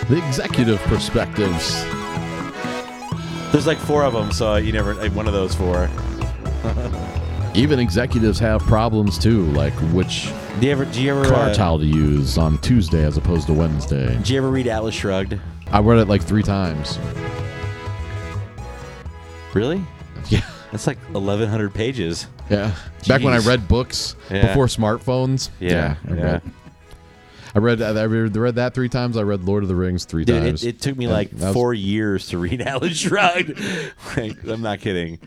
[SPEAKER 2] The executive perspectives.
[SPEAKER 4] There's like four of them, so you never like one of those four.
[SPEAKER 2] Even executives have problems too, like which
[SPEAKER 4] Do you ever? Do you ever?
[SPEAKER 2] car
[SPEAKER 4] uh,
[SPEAKER 2] towel to use on Tuesday as opposed to Wednesday.
[SPEAKER 4] Did you ever read Atlas Shrugged?
[SPEAKER 2] I read it like three times. [laughs]
[SPEAKER 4] Really?
[SPEAKER 2] Yeah.
[SPEAKER 4] That's like 1,100 pages.
[SPEAKER 2] Yeah. Back when I
[SPEAKER 4] Jeez.
[SPEAKER 2] read books
[SPEAKER 4] Yeah.
[SPEAKER 2] before smartphones.
[SPEAKER 4] Yeah,
[SPEAKER 2] I
[SPEAKER 4] yeah.
[SPEAKER 2] read. I read, I read read that three times. I read Lord of the Rings three
[SPEAKER 4] Dude,
[SPEAKER 2] times.
[SPEAKER 4] it, it took me
[SPEAKER 2] And
[SPEAKER 4] like
[SPEAKER 2] that was-
[SPEAKER 4] four years to read [laughs]
[SPEAKER 2] [laughs]
[SPEAKER 4] Atlas Shrugged. Like, I'm not kidding.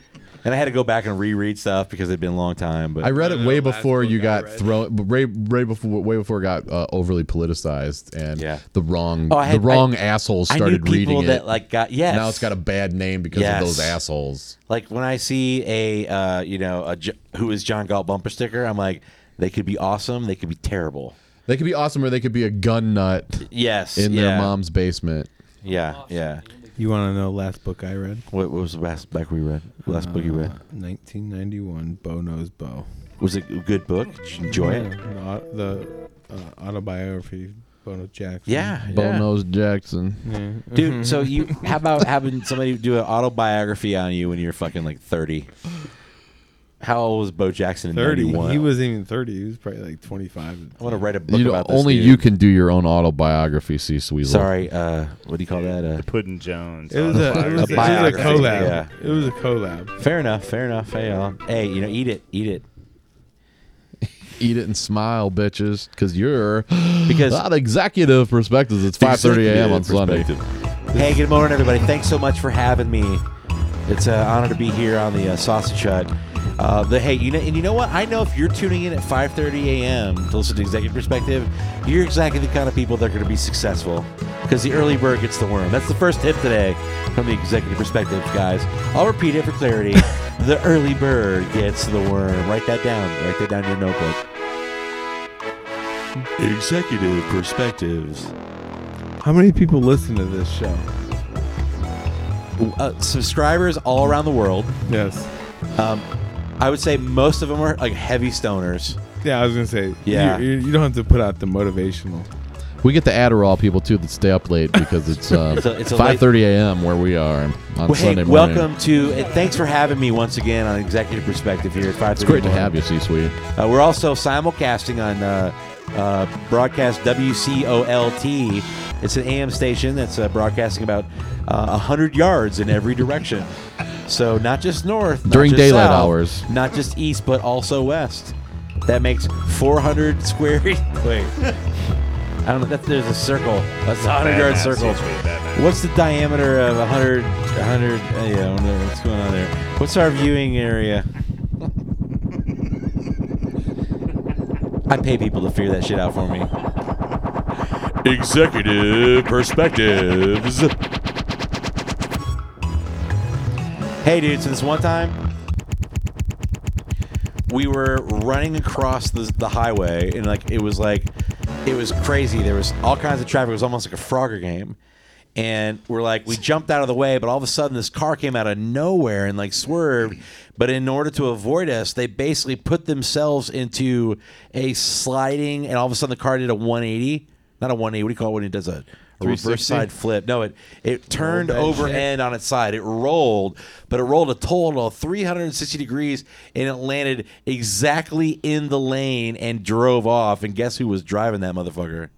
[SPEAKER 4] And I had to go back and reread stuff because it'd been a long time. But
[SPEAKER 2] I read it
[SPEAKER 14] the
[SPEAKER 2] way
[SPEAKER 14] last
[SPEAKER 2] before
[SPEAKER 14] book
[SPEAKER 2] you
[SPEAKER 14] I
[SPEAKER 2] got
[SPEAKER 14] read.
[SPEAKER 2] thrown, right, right before, way before it got uh, overly politicized, and
[SPEAKER 4] Yeah.
[SPEAKER 2] the wrong,
[SPEAKER 4] Oh, I had-
[SPEAKER 2] the wrong
[SPEAKER 4] I-
[SPEAKER 2] assholes
[SPEAKER 4] I knew
[SPEAKER 2] started
[SPEAKER 4] people
[SPEAKER 2] reading it.
[SPEAKER 4] that like got yes.
[SPEAKER 2] Now it's got a bad name because
[SPEAKER 4] Yes.
[SPEAKER 2] of those assholes.
[SPEAKER 4] like when I see a uh, you know a J- who is John Galt bumper sticker, I'm like they could be awesome, they could be terrible.
[SPEAKER 2] They could be awesome, or they could be a gun nut
[SPEAKER 4] Yes,
[SPEAKER 2] in
[SPEAKER 4] yeah,
[SPEAKER 2] their mom's basement.
[SPEAKER 4] Yeah, yeah.
[SPEAKER 6] You want to know last book I read?
[SPEAKER 4] What, what was the last book we read? Last book you read?
[SPEAKER 6] Uh, 1991. Bo knows Bo.
[SPEAKER 4] Was it a good book? Did you enjoy it?
[SPEAKER 6] The, au- the uh, autobiography Bono Jackson.
[SPEAKER 8] Yeah,
[SPEAKER 2] Bono's Jackson.
[SPEAKER 6] [laughs]
[SPEAKER 4] Dude, so you how about having somebody do an autobiography on you when you're fucking like 30? How old was Bo Jackson in
[SPEAKER 6] 30.
[SPEAKER 4] 91?
[SPEAKER 6] He wasn't even 30. He was probably like 25.
[SPEAKER 4] I want to write a book
[SPEAKER 2] You know,
[SPEAKER 4] about this.
[SPEAKER 2] only
[SPEAKER 4] dude.
[SPEAKER 2] you can do your own autobiography, Cece Weasel.
[SPEAKER 4] Sorry, uh, what do you call that? Uh,
[SPEAKER 5] Puddin' Jones.
[SPEAKER 6] It was a, it was a, it was a
[SPEAKER 4] biography,
[SPEAKER 6] collab.
[SPEAKER 4] yeah.
[SPEAKER 6] It was a collab.
[SPEAKER 4] Fair enough. Fair enough. Hey, uh, hey, you know, eat it. Eat it.
[SPEAKER 2] Eat it and smile, bitches, because you're [gasps]
[SPEAKER 4] Because-
[SPEAKER 2] not executive perspectives. It's 5:30 a.m. on Sunday.
[SPEAKER 4] Hey, good morning, everybody. Thanks so much for having me. It's an honor to be here on the uh, Sausage Hut. Uh, the hey, you know, and you know what? I know if you're tuning in at 5:30 a.m. to listen to Executive Perspective, you're exactly the kind of people that are going to be successful because the early bird gets the worm. That's the first tip today from the Executive Perspective, guys. I'll repeat it for clarity: [laughs] the early bird gets the worm. Write that down. Write that down in your notebook. Executive Perspectives.
[SPEAKER 6] How many people listen to this show?
[SPEAKER 4] uh, subscribers all around the world.
[SPEAKER 6] Yes.
[SPEAKER 4] Um, I would say most of them are like heavy stoners.
[SPEAKER 6] Yeah, I was going to say.
[SPEAKER 4] Yeah.
[SPEAKER 6] You, you- you don't have to put out the motivational.
[SPEAKER 2] We get the Adderall people too that stay up late
[SPEAKER 4] [laughs]
[SPEAKER 2] because it's, uh,
[SPEAKER 4] It's a- it's a late-
[SPEAKER 2] 5:30 a.m. where we are on
[SPEAKER 4] Well, hey,
[SPEAKER 2] Sunday morning.
[SPEAKER 4] welcome to. And thanks for having me once again on Executive Perspective here at Five.
[SPEAKER 2] It's great to have you, C-suite.
[SPEAKER 4] Uh, we're also simulcasting on uh, uh, broadcast WCOLT. It's an AM station that's uh, broadcasting about uh, 100 yards in every direction. So not just north. not
[SPEAKER 2] During
[SPEAKER 4] just
[SPEAKER 2] daylight
[SPEAKER 4] south,
[SPEAKER 2] hours.
[SPEAKER 4] Not just east, but also west. That makes 400 square. [laughs] Wait. I don't know. That, there's a circle. That's a 100 yard
[SPEAKER 5] Bad math,
[SPEAKER 4] circle.
[SPEAKER 5] seriously, bad math.
[SPEAKER 4] What's the diameter of 100? 100. uh, yeah, I wonder what's going on there. What's our viewing area? I pay people to figure that shit out for me.
[SPEAKER 13] Executive Perspectives.
[SPEAKER 4] Hey, dude. So this one time, we were running across the, the highway, and like it was like it was crazy. There was all kinds of traffic. It was almost like a Frogger game. And we're like, we jumped out of the way, but all of a sudden, this car came out of nowhere and like swerved. But in order to avoid us, they basically put themselves into a sliding, and all of a sudden, the car did a 180. Not a 180. What do you call it when it does a, a reverse
[SPEAKER 8] 360?
[SPEAKER 4] side flip? No, it it turned
[SPEAKER 8] that
[SPEAKER 4] over
[SPEAKER 8] shit.
[SPEAKER 4] and end on its side. It rolled, but it rolled a total of 360 degrees and it landed exactly in the lane and drove off. And guess who was driving that motherfucker?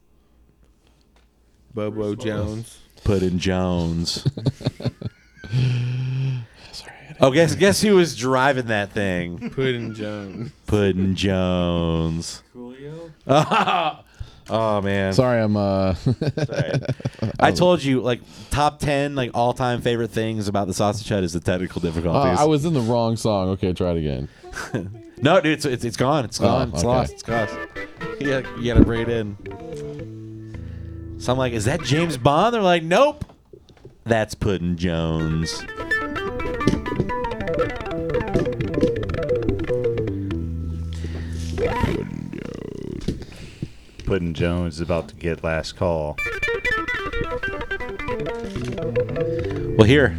[SPEAKER 6] Bobo Jones.
[SPEAKER 4] Put in [laughs] Jones. Oh, guess guess who was driving that thing?
[SPEAKER 6] Puddin Jones.
[SPEAKER 4] Puddin Jones. Coolio. [laughs] oh man.
[SPEAKER 2] Sorry, I'm. Uh, [laughs] Um,
[SPEAKER 4] I told you, like top ten, like all time favorite things about the sausage hut is the technical
[SPEAKER 2] Oh,
[SPEAKER 4] difficulties.
[SPEAKER 2] I was in the wrong song. Okay, try it again.
[SPEAKER 4] No, dude, it's it's, it's gone. It's
[SPEAKER 2] Oh,
[SPEAKER 4] gone. it's
[SPEAKER 2] okay.
[SPEAKER 4] lost. It's lost. Yeah, you gotta bring it in. So I'm like, is that James Bond? They're like, nope. That's Puddin Jones.
[SPEAKER 5] Puddin' Jones is about to get last call.
[SPEAKER 4] Well, here.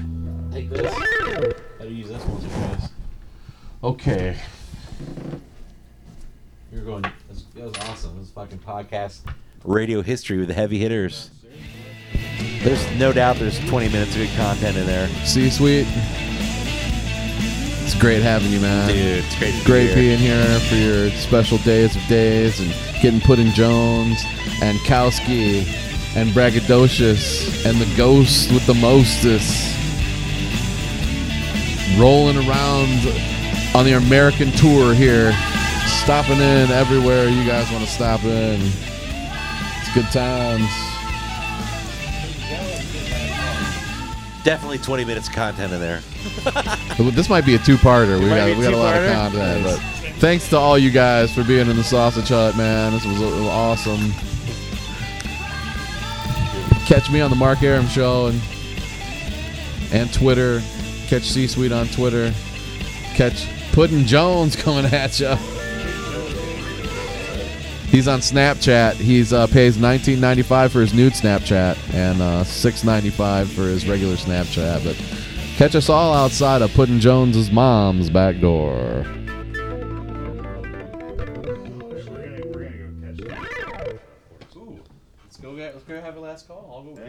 [SPEAKER 8] Take this. How do you use this one surprise?
[SPEAKER 2] Okay.
[SPEAKER 4] You're going. That was, that was awesome. It was fucking podcast radio history with the heavy hitters. There's no doubt. There's 20 minutes of good content in there.
[SPEAKER 2] C suite. It's great having you, man.
[SPEAKER 4] Dude, it's great to be
[SPEAKER 2] Great
[SPEAKER 4] here.
[SPEAKER 2] being here for your special days of days and getting put in Jones and Kowski and Braggadocious and the ghost with the mostest rolling around on the American tour here, stopping in everywhere you guys want to stop in. It's good times.
[SPEAKER 4] Definitely 20 minutes of content in there.
[SPEAKER 2] Well, This might be a two-parter. We
[SPEAKER 4] might
[SPEAKER 2] got,
[SPEAKER 4] be a
[SPEAKER 2] we got a lot of
[SPEAKER 4] two-parter.
[SPEAKER 2] content. But thanks to all you guys for being in the sausage hut, man. This was, was awesome. Catch me on the Mark Aram show and and Twitter. Catch C Suite on Twitter. Catch Puddin Jones [laughs] coming at you. He's on Snapchat. He's uh, pays nineteen ninety five for his nude Snapchat and uh, six ninety five for his regular Snapchat. But catch us all outside of Puddin Jones's mom's back door.
[SPEAKER 12] Let's go
[SPEAKER 14] let's go have a last call. I'll go.